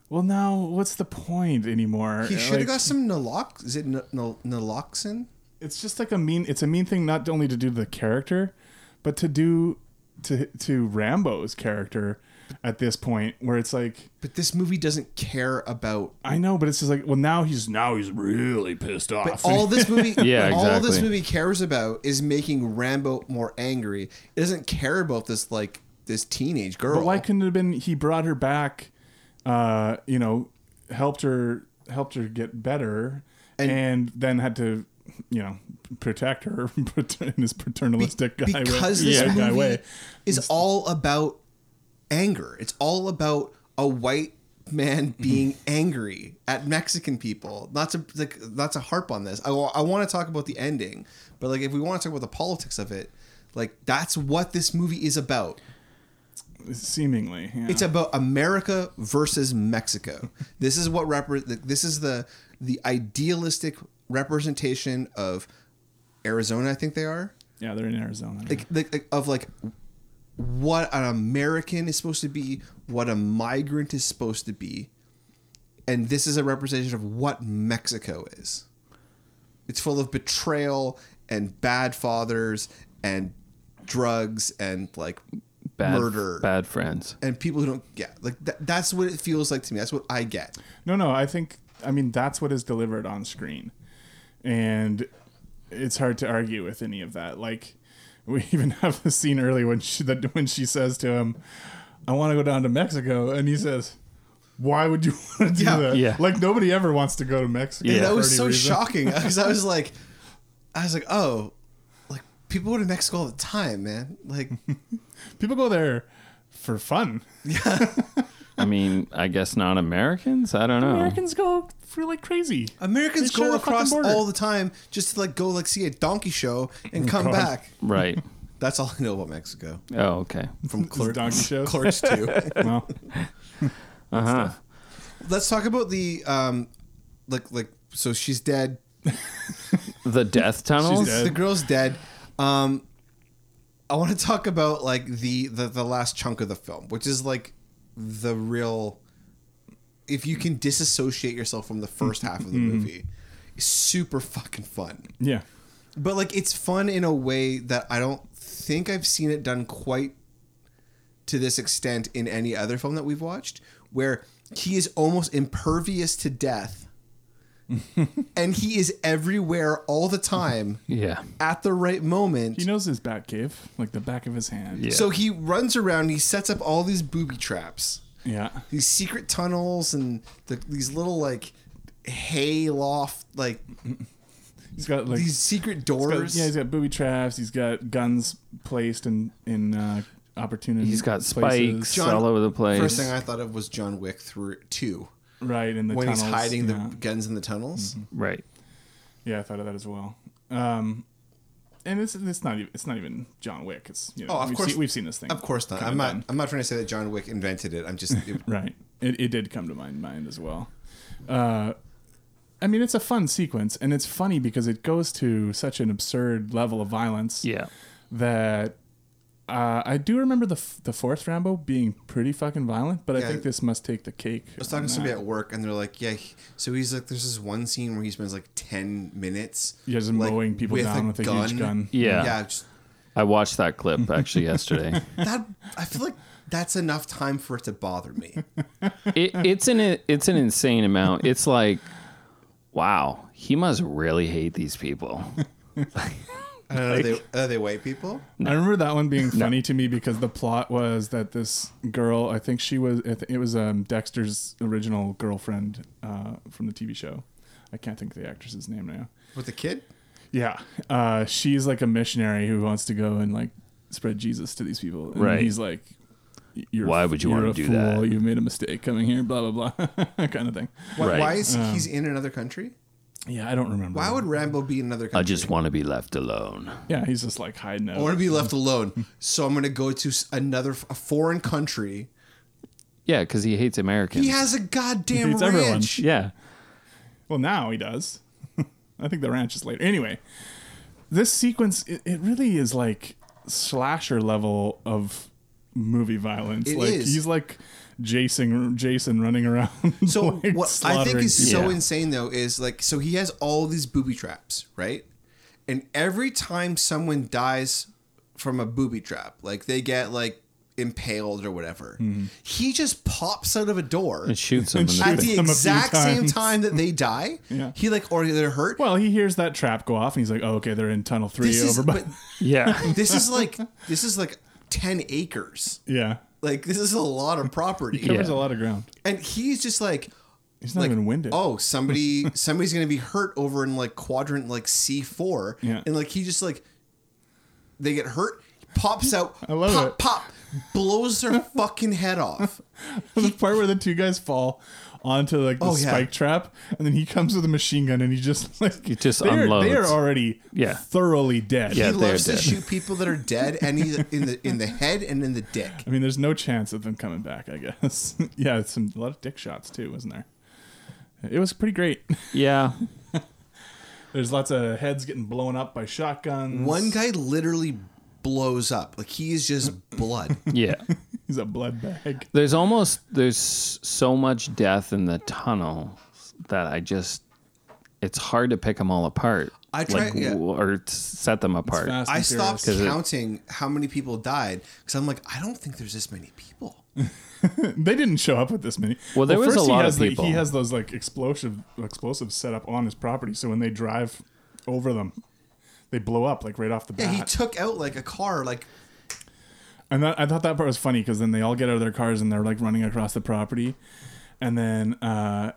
well, now what's the point anymore?
He should have
Like,
got some nalox. Is it n- n- naloxone?
It's just like a mean. It's a mean thing not only to do to the character, but to do to to Rambo's character at this point, where it's like,
But this movie doesn't care about.
I know, but it's just like, well, now he's now he's really pissed off.
But all this movie,
Yeah,
all this
exactly.
movie cares about is making Rambo more angry. It doesn't care about this like this teenage girl.
But why couldn't it have been he brought her back, uh, you know, helped her helped her get better
And-
and, then had to you know protect her in his paternalistic guy way-
because this
guy
movie
way.
is all about anger. It's all about a white man being angry at Mexican people. Not to like, not to harp on this. I, want to talk about the ending, but like if we want to talk about the politics of it, like that's what this movie is about.
seemingly yeah.
It's about America versus Mexico. This is what repre- this is the the idealistic representation of Arizona. I think they are
yeah they're in Arizona
like, like, like of like what an American is supposed to be, what a migrant is supposed to be, and this is a representation of what Mexico is. It's full of betrayal and bad fathers and drugs and like
Bad,
murder
Bad friends.
and people who don't yeah like tha- that's what it feels like to me. That's what I get.
no no I think I mean that's what is delivered on screen and it's hard to argue with any of that like we even have the scene early when she that when she says to him I want to go down to Mexico and he says why would you want to do
Yeah.
that
Yeah.
like nobody ever wants to go to Mexico
Yeah.
And that
for
was
any
so
reason.
shocking because I was like, I was like, oh, like people go to Mexico all the time, man. Like
people go there for fun
I mean, I guess not Americans. I don't know.
Americans go for like crazy
Americans
They share
go
the fucking
across
border.
all the time just to like go like see a donkey show and come
God.
back.
Right.
That's all I know about Mexico.
Oh, okay.
From clerk,
donkey shows.
Clerks too.
well,
Uh huh.
Let's talk about the um, like like so she's dead.
The death tunnels.
She's dead.
The girl's dead. Um, I want to talk about like the, the the last chunk of the film, which is like the real. If you can disassociate yourself from the first half of the movie, it's super fucking fun.
yeah
but like it's fun in a way that I don't think I've seen it done quite to this extent in any other film that we've watched, where he is almost impervious to death, and he is everywhere all the time
Yeah.
at the right moment.
he knows his back cave like the back of his hand
Yeah.
so he runs around, he sets up all these booby traps,
yeah.
these secret tunnels, and the, these little like hay loft, like
He's got like
these secret
he's got-
doors.
yeah, he's got booby traps. He's got guns placed in in uh, opportunities.
He's got
places.
spikes. all over the place.
First thing I thought of was John Wick through two.
right in the
when he's
tunnels,
hiding
yeah. Mm-hmm.
the guns in the tunnels.
Right.
Yeah, I thought of that as well. Um, and it's it's not even it's not even John Wick. It's you know,
Oh, of
we've
course,
seen, we've seen this thing.
Of course not.
kinda
I'm not.
done.
I'm not trying to say that John Wick invented it. I'm just. It,
Right. It, it did come to my mind as well. Uh, I mean, it's a fun sequence, and it's funny because it goes to such an absurd level of violence.
Yeah.
That uh, I do remember the f- the fourth Rambo being pretty fucking violent, but
Yeah.
I think this must take the cake.
I was talking to somebody at work, and they're like, "Yeah." he- So he's like, "There's this one scene where he spends like ten minutes,
Yeah, just
like,
mowing people down with a huge gun.
Yeah.
yeah. Just,
I watched that clip actually yesterday.
that I feel like that's enough time for it to bother me.
it, it's an it's an insane amount. It's like, wow, he must really hate these people.
Are they are they white people?
I remember that one being funny to me because the plot was that this girl, I think she was, I thi- it was um, Dexter's original girlfriend uh, from the TV show. I can't think of the actress's name now.
With a kid?
Yeah. Uh, she's like a missionary who wants to go and like spread Jesus to these people. And
Right.
he's like, you're,
Why would you
you're
wanna
a
do
fool.
that?
You made a mistake coming here, blah, blah, blah, kind of thing.
Why,
Right.
why is he's in another country?
Yeah, I don't remember.
Why would Rambo be in another country?
I just want to be left alone.
Yeah, he's just like hiding out.
I want to be left alone, so I'm going to go to s- another f- a foreign country
Yeah, because he hates Americans.
He has a goddamn
Beats everyone.
ranch.
yeah.
Well, now he does. I think the ranch is later. Anyway, this sequence it, it really is like slasher level of movie violence.
It
like
is.
he's like Jason, Jason running around.
So
like,
what I think
slaughtering
is so
Yeah.
insane though is like so he has all these booby traps, right? And every time someone dies from a booby trap, like they get like impaled or whatever, he just pops out of a door
And shoots him. in the
at
Mm-hmm. shoots
the
them a few
exact same
times.
time that they die.
Yeah.
He like or they're hurt.
Well, he hears that trap go off, and he's like, "Oh, okay, they're in tunnel three
this is
over." by
but
yeah.
this is like this is like ten acres.
yeah,
Like this is a lot of property.
covers
Yeah.
a lot of ground.
And he's just like
He's not
like,
even winded.
Oh, somebody somebody's gonna be hurt over in like quadrant like C four.
Yeah.
And like he just like they get hurt, pops out,
I love
pop,
it.
pop, blows their fucking head off.
the part where the two guys fall onto like the
Oh, yeah.
spike trap, and then he comes with a machine gun, and he just like
He just
they are- They are
unloads.
already
Yeah.
thoroughly dead.
Yeah.
he
they're
loves to
dead.
shoot people that are dead and he's in the in the head and in the dick.
I mean, there's no chance of them coming back. I guess. yeah, it's some a lot of dick shots too, wasn't there? It was pretty great.
Yeah.
There's lots of heads getting blown up by shotguns.
One guy literally blows up. Like he is just blood.
Yeah.
he's a blood bag.
There's almost there's so much death in the tunnel that I just it's hard to pick them all apart.
I try-
like,
yeah.
w- or t- set them apart.
Fast
I
and
stopped
furious.
it-
counting how many people died because I'm like, I don't think there's this many people.
They didn't show up with this many.
Well, there was
first
a
he
lot of
has the-
people.
he has those like explosive explosives set up on his property, so when they drive over them, they blow up like right off the
Yeah,
bat.
he took out like a car, like
And that, I thought that part was funny because then they all get out of their cars and they're like running across the property, and then uh,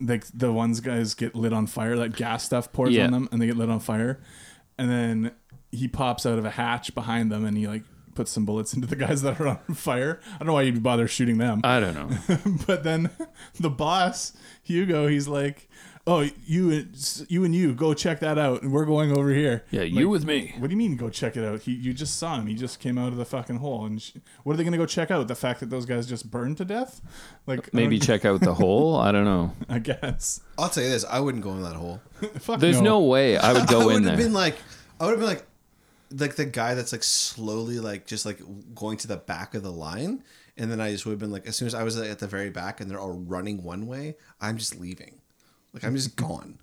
like the ones guys get lit on fire. That gas stuff pours
Yeah.
on them, and they get lit on fire. And then he pops out of a hatch behind them, and he like puts some bullets into the guys that are on fire. I don't know why you'd bother shooting them.
I don't know.
but then the boss Hugo, he's like, "Oh, you and you and you go check that out, and we're going over here."
Yeah,
I'm
you
like,
with me.
What do you mean go check it out? He, you just saw him. He just came out of the fucking hole, and sh- what are they gonna go check out? The fact that those guys just burned to death? Like I
Maybe
don't-
check out the hole. I don't know.
I guess.
I'll tell you this: I wouldn't go in that hole.
Fuck
There's no, way I would
I
go
would
in
have
there.
been like, I would have been like, like the guy that's like slowly like just like going to the back of the line, and then I just would have been like, as soon as I was at the very back and they're all running one way, I'm just leaving. Like I'm just gone.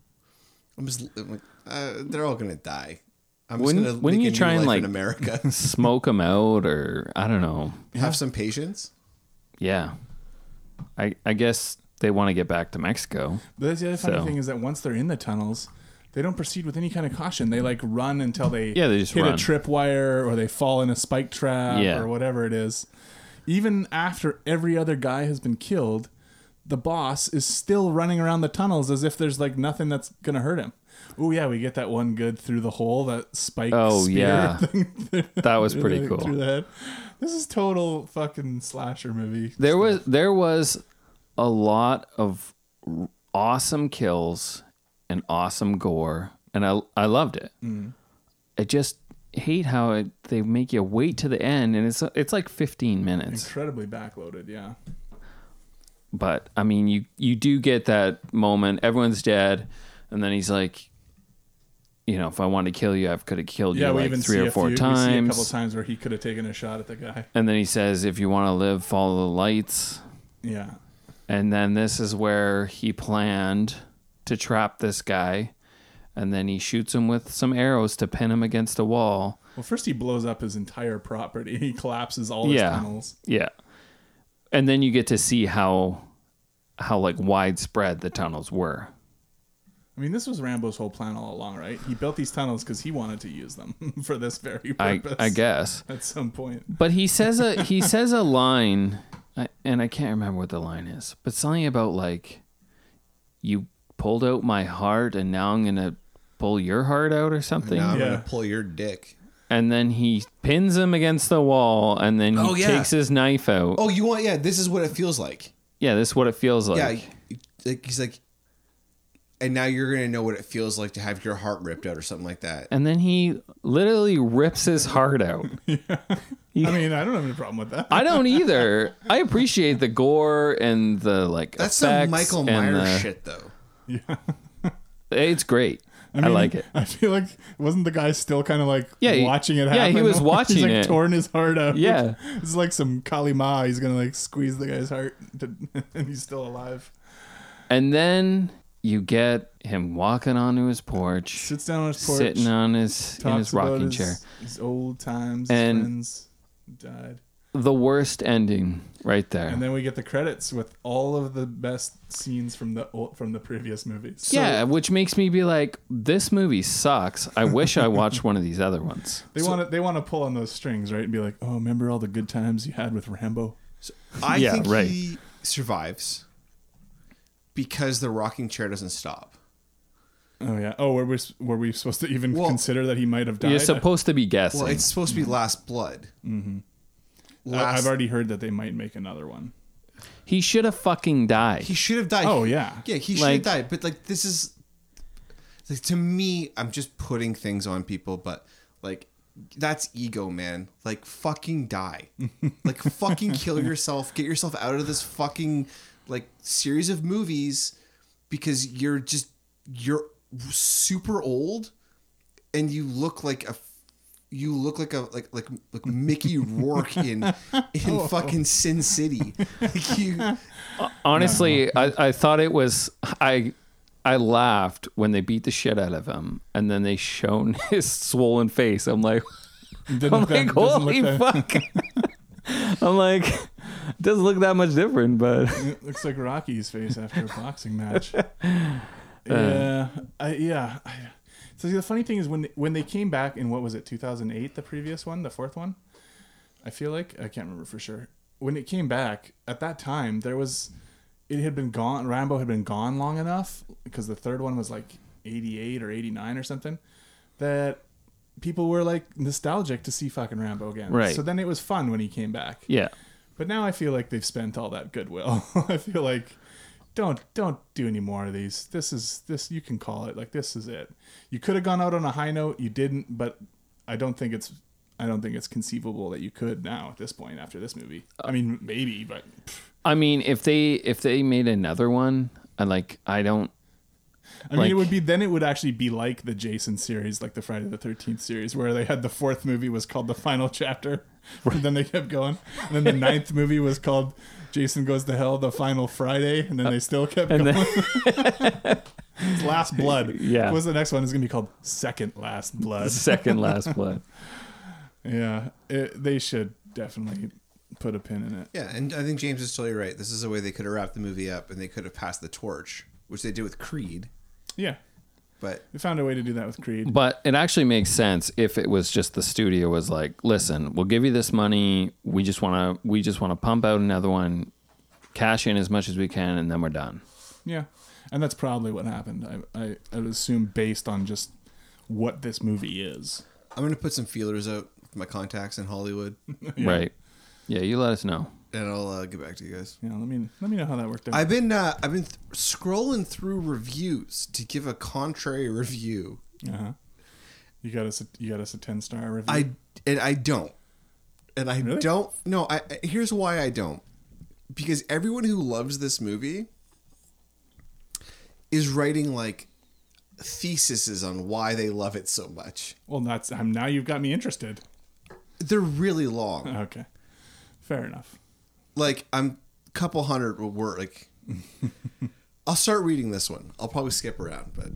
I'm just I'm like, uh, they're all gonna die. I'm just
Wouldn't-
gonna make
wouldn't you
a new
try and,
life
like-
in America
Smoke them out, or I don't know.
have some patience?
Yeah. I I guess they want to get back to Mexico.
But that's the other funny
So.
thing is that once they're in the tunnels, they don't proceed with any kind of caution. They like run until they
Yeah, they just
hit a
run.
tripwire or they fall in a spike trap
Yeah.
or whatever it is. Even after every other guy has been killed, the boss is still running around the tunnels as if there's like nothing that's gonna hurt him. Oh yeah, we get that one good through the hole that spike.
Oh
spear
yeah,
thing
that was pretty
through the- Through
cool.
the head. This is total fucking slasher movie.
There was there was a lot of r- awesome kills and awesome gore, and I I loved it. I just hate how it, they make you wait to the end, and it's it's like 15 minutes.
incredibly backloaded. Yeah.
but I mean, you you do get that moment. Everyone's dead, and then he's like, you know, if I wanted to kill you, I could have killed
Yeah,
you
we
like
even
three
see
or
a
four
few, We see a couple
times.
times where he could have taken a shot at the guy.
And then he says, if you want to live, follow the lights.
Yeah,
And then this is where he planned to trap this guy, and then he shoots him with some arrows to pin him against a wall.
Well, first he blows up his entire property. He collapses all his
Yeah.
tunnels.
Yeah, and then you get to see how how like widespread the tunnels were.
I mean, this was Rambo's whole plan all along, right? He built these tunnels because he wanted to use them for this very
I
purpose.
I guess.
at some point.
But he says a he says a line, I- and I can't remember what the line is, but something about like, you pulled out my heart, and now I'm gonna pull your heart out or something.
Now I'm
Yeah.
gonna pull your dick.
And then he pins him against the wall, and then he
Oh, yeah.
takes his knife out.
Oh, you want? Yeah, this is what it feels like.
Yeah, this is what it feels like.
yeah, like he's like, and now you're gonna know what it feels like to have your heart ripped out or something like that.
And then he literally rips his heart out.
I mean, I don't have any problem with that.
I don't either. I appreciate the gore and the like.
That's some
effects
Michael
and
Myers
the-
shit, though.
It's great. I,
mean,
like it.
I feel like wasn't the guy still kind of like
Yeah, he-
watching it happen?
yeah, he was watching
He's like
it.
torn his heart out.
Yeah.
it's like some Kali Ma. He's gonna like squeeze the guy's heart, to, and he's still alive.
And then you get him walking onto his porch,
Sits down on his porch,
sitting on his in
talks
his
about
rocking
his-
chair.
His old times,
And-
his friends died,
The worst ending, right there.
and then we get the credits with all of the best scenes from the old, from the previous movies.
yeah, which makes me be like, this movie sucks. I wish I watched one of these other ones.
They want to they want to pull on those strings, right, and be like, "Oh, remember all the good times you had with Rambo?"
I
Yeah,
think
right.
he survives because the rocking chair doesn't stop.
Oh yeah. Oh, were we were we supposed to even
Well-
consider that he might have died?
You're supposed to be guessing.
Well, it's supposed to be Last Blood. Mm-hmm.
I,
Last,
I've already heard that they might make another one.
he should have fucking died.
he should have died.
Oh, yeah.
yeah, he should
Like-
have died. But like, this is like to me, I'm just putting things on people. But like, that's ego, man. Like, fucking die. like, fucking kill yourself. Get yourself out of this fucking like series of movies because you're just you're super old and you look like a you look like a like like like Mickey Rourke in in fucking Sin City. Like you
Honestly, I, I thought it was I I laughed when they beat the shit out of him and then they shown his swollen face. I'm like
Didn't
I'm
look that-
like
doesn't
holy
look that-
fuck. I'm like doesn't look that much different, but
It looks like Rocky's face after a boxing match.
Uh.
yeah, I, yeah. I- So the funny thing is when when they came back in what was it 2008, the previous one, the fourth one. I feel like I can't remember for sure. When it came back at that time, there was it had been gone. Rambo had been gone long enough because the third one was like 88 or 89 or something that people were like nostalgic to see fucking Rambo again.
Right.
So then it was fun when he came back.
yeah.
But now I feel like they've spent all that goodwill. I feel like don't don't do any more of these. This is this you can call it. Like this is it. You could have gone out on a high note, you didn't, but I don't think it's I don't think it's conceivable that you could now at this point after this movie.
Uh,
I mean, maybe, but
I mean, if they if they made another one, I like I don't
I mean,
Like-
it would be then it would actually be like the Jason series, like the Friday the Thirteenth series, where they had the fourth movie was called the Final Chapter, and then they kept going, and then the ninth movie was called Jason Goes to Hell, the Final Friday, and then they still kept
and
going.
then
It's Last Blood.
Yeah.
What's the next one? It's gonna be called Second Last Blood.
second last blood.
yeah, it, they should definitely put a pin in it.
Yeah, and I think James is totally right. This is a way they could have wrapped the movie up and they could have passed the torch, which they did with Creed.
Yeah,
But
we found a way to do that with Creed.
But it actually makes sense if it was just the studio was like, listen, we'll give you this money. We just want to, we just want to pump out another one, cash in as much as we can, and then we're done.
Yeah, and that's probably what happened. I I, I would assume based on just what this movie is.
I'm going to put some feelers out with my contacts in Hollywood
Right. Yeah. You let us know.
and I'll uh, get back to you guys.
Yeah, let me let me know how that worked out.
I've been uh, I've been th- scrolling through reviews to give a contrary review.
uh-huh. You got us a you got us a ten star review.
I and I don't. And I
Really?
don't no, I I- here's why I don't. Because everyone who loves this movie is writing like theses on why they love it so much.
well, that's um, now you've got me interested.
They're really long.
Okay, fair enough.
like I'm couple hundred will work. Like, I'll start reading this one. I'll probably skip around, but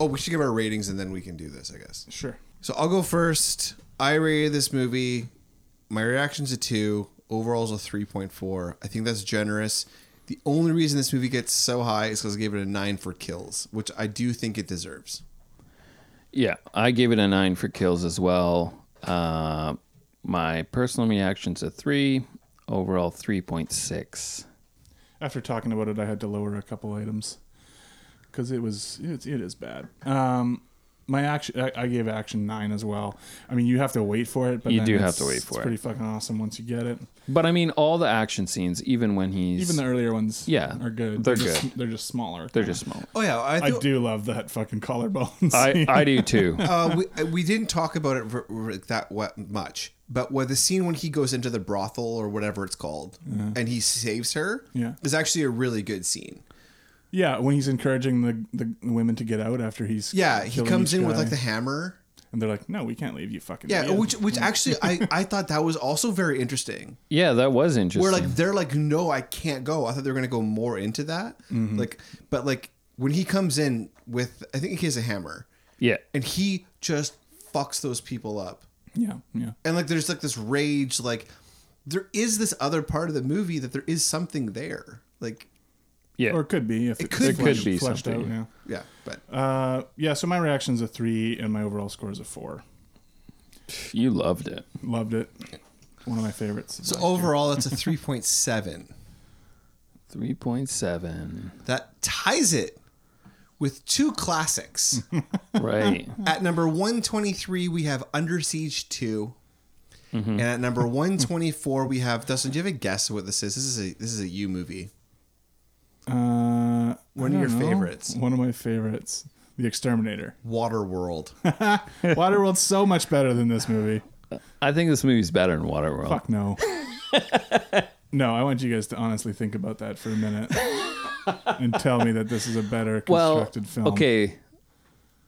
oh, we should give our ratings and then we can do this, I guess.
Sure.
So I'll go first. I rated this movie. My reaction's a two. Overall's a three point four. I think that's generous. The only reason this movie gets so high is because I gave it a nine for kills, which I do think it deserves.
Yeah. I gave it a nine for kills as well. Uh, my personal reaction's a three. Overall, three point six.
After talking about it, I had to lower a couple items because it was it's, it is bad. Um, my action, I, I gave action nine as well. I mean, you have to wait for it, but
You
then
do have
it's-
to wait for
it's
it.
Pretty fucking awesome once you get it.
But I mean, all the action scenes, even when he's
Even the earlier ones,
Yeah,
are good.
they're
just,
good.
They're just smaller.
they're just small.
Oh yeah, I,
I
do.
do love that fucking collarbone.
I,
scene.
I do too.
Uh, we, we didn't talk about it ver- ver- that wa- much, but where the scene when he goes into the brothel or whatever it's called, and he saves her,
Yeah.
is actually a really good scene.
yeah, when he's encouraging the, the women to get out after he's
Yeah, he
killing
comes
each
in with
guy.
like the hammer.
and they're like, no, we can't leave you fucking.
Yeah,
idiot."
which which actually I I thought that was also very interesting.
Yeah, that was interesting.
Where like they're like, no, I can't go. I thought they were gonna go more into that.
Mm-hmm.
Like, but like when he comes in with, I think he has a hammer,
yeah,
and he just fucks those people up.
yeah, yeah.
and like there's like this rage like there is this other part of the movie that there is something there like
yeah.
Or it could be if it
could be.
Could be
fleshed out.
something.
yeah
Yeah.
but
Uh, yeah. So my reaction's a three, and my overall score is a four.
you loved it.
Loved it. One of my favorites.
so overall that's a 3.7
Three point seven.
that ties it with two classics
Right.
at number 123 we have under siege 2 and at number 124 we have dustin do you have a guess what this is this is a this is a you movie
Uh,
One
I
of your
don't
favorites.
One of my favorites. The Exterminator.
waterworld
Waterworld's so much better than this movie.
I think this movie's better than Waterworld.
Fuck no. no, I want you guys to honestly think about that for a minute and tell me that this is a better
well,
constructed film.
okay.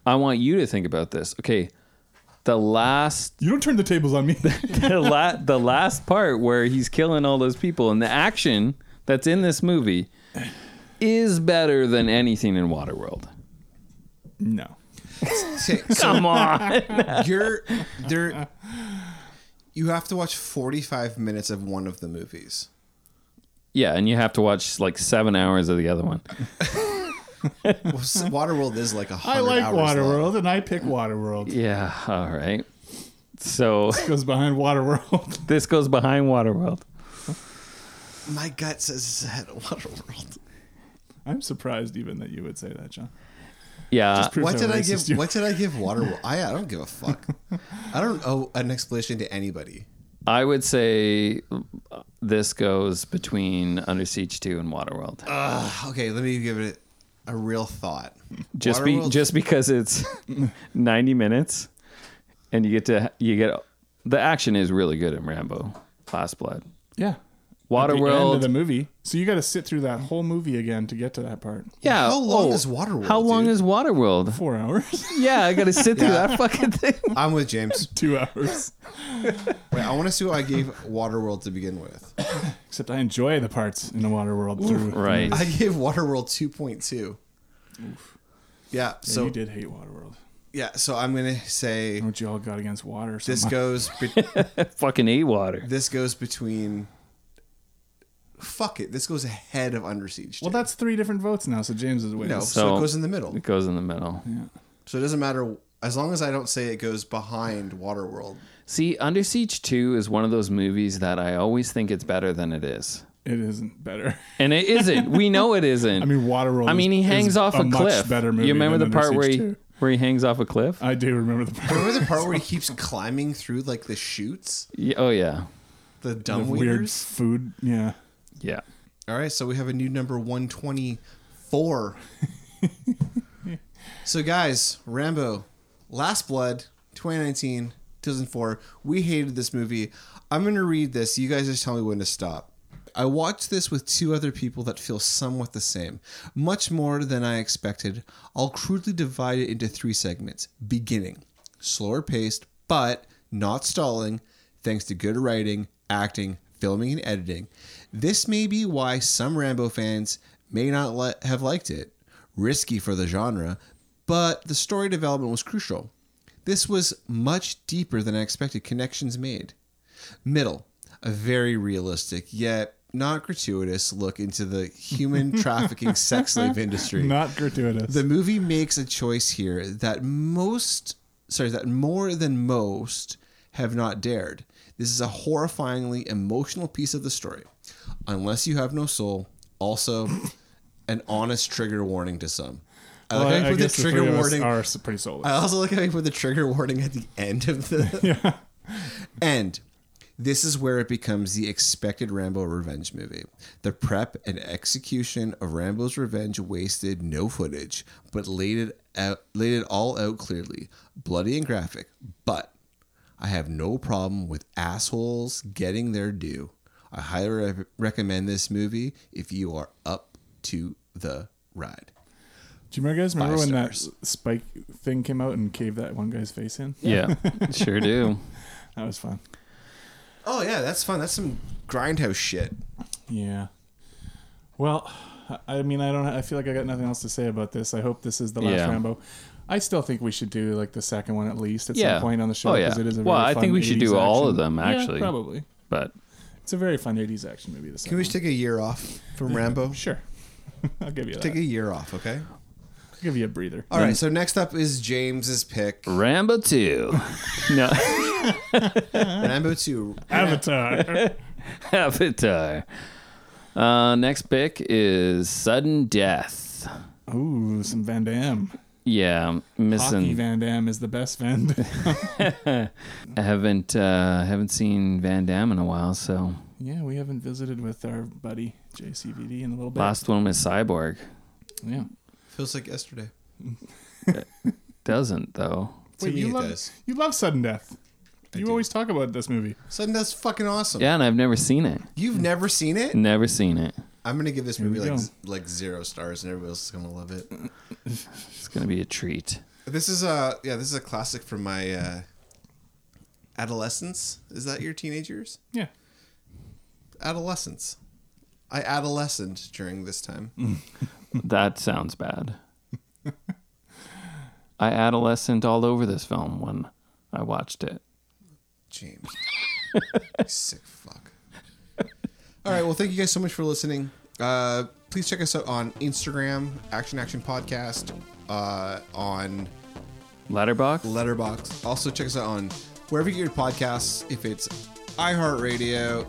I want you to think about this. Okay, the last
You don't turn the tables on me.
the, la- the last part where he's killing all those people and the action that's in this movie is better than anything in Waterworld.
no.
Okay, so
Come on.
you're there you have to watch 45 minutes of one of the movies
yeah, and you have to watch like seven hours of the other one.
Well, s- Waterworld is like a
I
hundred.
like
hours long.
Waterworld and I pick Waterworld.
Yeah, all right. So
Goes behind Waterworld.
this goes behind Waterworld.
My gut says it's ahead of Waterworld.
I'm surprised even that you would say that, John.
Yeah,
Proves
Uh, What
how
did I
racist
give?
you-
What did I give Waterworld? I, I don't give a fuck. I don't owe an explanation to anybody.
I would say this goes between Under Siege 2 and Waterworld.
Okay, let me give it a real thought.
just be
Waterworld-
just because it's 90 minutes and you get to you get the action is really good in Rambo Last Blood.
Yeah. At the end
Waterworld.
of the movie. So you got to sit through that whole movie again to get to that part.
yeah. oh,
How long is Waterworld,
How long
dude?
is Waterworld?
Four hours.
Yeah, I got to sit through
Yeah.
that fucking thing.
I'm with James.
Two hours.
Wait, I want to see what I gave Waterworld to begin with.
Except I enjoy the parts in the Waterworld through. the
Right.
movie.
I gave Waterworld 2.2. Yeah.
Yeah,
So
you did hate Waterworld.
yeah. So I'm gonna say
What you all got against water? So
this
much.
goes. Be-
fucking eat water.
this goes between. Fuck it. This goes ahead of Under Siege.
Well,
dude.
that's three different votes now, so James is winning.
no. So,
So-
it goes in the middle.
It goes in the middle.
So it doesn't matter as long as I don't say it goes behind Waterworld.
See, Under Siege 2 is one of those movies that I always think it's better than it is.
It isn't better.
And it isn't. We know it isn't.
I mean, Waterworld.
I mean, he
is-
hangs
is
off a,
much
cliff.
better movie
you remember
than
the
Under
part where
Siege Uh,
he
2.
where he hangs off a cliff?
I do remember the part.
Remember the part where he keeps climbing through like the chutes,
Yeah, oh yeah,
the
the
dumb
weird
waiters?
food. Yeah.
yeah.
All right, so we have a new number 124. so guys, Rambo, Last Blood, 2019, 2004. We hated this movie. I'm going to read this. You guys just tell me when to stop. I watched this with two other people that feel somewhat the same, much more than I expected. I'll crudely divide it into three segments. Beginning, slower paced, but not stalling, thanks to good writing, acting, filming, and editing. This may be why some Rambo fans may not li- have liked it. Risky for the genre, but the story development was crucial. This was much deeper than I expected, connections made. Middle, a very realistic yet not gratuitous look into the human trafficking sex slave industry.
Not gratuitous.
The movie makes a choice here that most, sorry, that more than most have not dared. This is a horrifyingly emotional piece of the story. Unless you have no soul, also an honest trigger warning to some. I like how
I
you put the
guess the
trigger
three of us
warning. Uh,
are s- pretty soulless.
I also like how you put the trigger warning at the end of the
yeah.
And this is where it becomes the expected Rambo revenge movie. The prep and execution of Rambo's revenge wasted no footage, but laid it out, laid it all out clearly, bloody and graphic. But I have no problem with assholes getting their due. I highly re- recommend this movie if you are up to the ride.
Do you remember guys remember
Five
when
stars.
that spike thing came out and caved that one guy's face in?
Yeah, sure do.
That was fun.
Oh yeah, that's fun. That's some grindhouse shit.
Yeah. Well, I- I mean, I don't. I feel like I got nothing else to say about this. I hope this is the last
Yeah.
Rambo. I still think we should do like the second one at least at
Yeah.
some point on the show
Oh, yeah.
it is a
Well,
very
I
fun
think we should do
80s
all of
action-
them,
Yeah,
actually.
probably,
But
it's a very fun '80s action movie. The second
Can we just take a year off from Rambo?
one. sure? I'll give you that.
Take a year off, okay?
I'll give you a breather.
All right. So next up is James's pick,
Rambo two, no
Rambo Two.
Avatar.
Avatar. Uh, next pick is Sudden Death.
Ooh, some Van Damme.
Yeah,
Hockey
missing.
Van Damme is the best Van. Damme.
I haven't uh, haven't seen Van Damme in a while, so
yeah, we haven't visited with our buddy JCVD in a little bit.
last one was Cyborg.
Yeah.
Feels like yesterday.
Doesn't though.
To me,
you
it
love
does.
you love sudden death. you always talk about this movie.
Sudden Death's fucking awesome.
Yeah, and I've never seen it.
You've never seen it?
Never seen it.
I'm gonna give this
Mm. we
movie like
go.
z- like zero stars, and everybody else is gonna love it.
It's gonna be a treat.
This is a yeah. This is a classic from my uh, adolescence. Is that your teenagers?
Yeah.
Adolescence. I adolescent during this time.
That sounds bad. I adolescent all over this film when I watched it.
James. You Sick fuck. All right. Well, thank you guys so much for listening. Uh, please check us out on Instagram, Action Action Podcast, uh, on
Letterbox.
Letterbox. Also, check us out on wherever you get your podcasts. If it's iHeartRadio,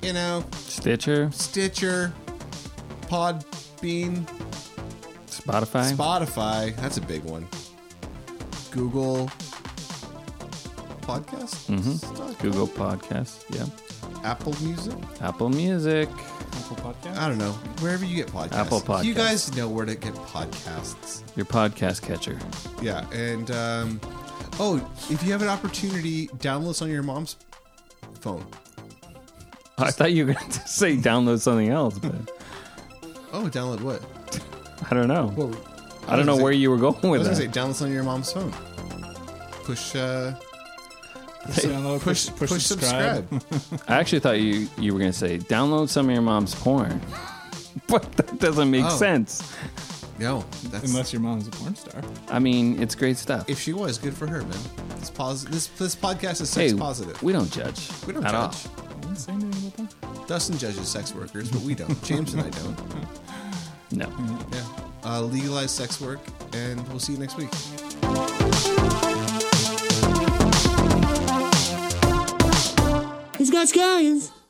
you know,
Stitcher,
Stitcher, Podbean,
Spotify.
Spotify. That's a big one. Google Podcasts.
Google Podcasts, yeah.
Apple Music.
Apple Music.
Apple podcast.
I don't know. Wherever you get podcasts.
Apple Podcasts.
You guys know where to get podcasts.
Your podcast catcher.
Yeah. And, um, oh, if you have an opportunity, download us on your mom's phone.
I thought you were going to say download something else, but
Oh, download what?
I don't know.
Well,
I don't know where you were going
I
with
was going to say,
that.
download us on your mom's phone. Push, uh,
Push, download,
push, push, subscribe.
I actually thought you, you were going to say download some of your mom's porn. but that doesn't make
Oh.
sense.
no, that's.
Unless your mom's a porn star.
I mean, it's great stuff.
if she was, good for her, man. This, pos- this, this podcast is sex
hey,
positive.
we don't judge.
We don't
at
judge.
all.
I didn't say anything about that.
Dustin judges sex workers, but we don't. James and I don't.
No.
Yeah. Uh, legalize sex work, and we'll see you next week.
He's got scallions.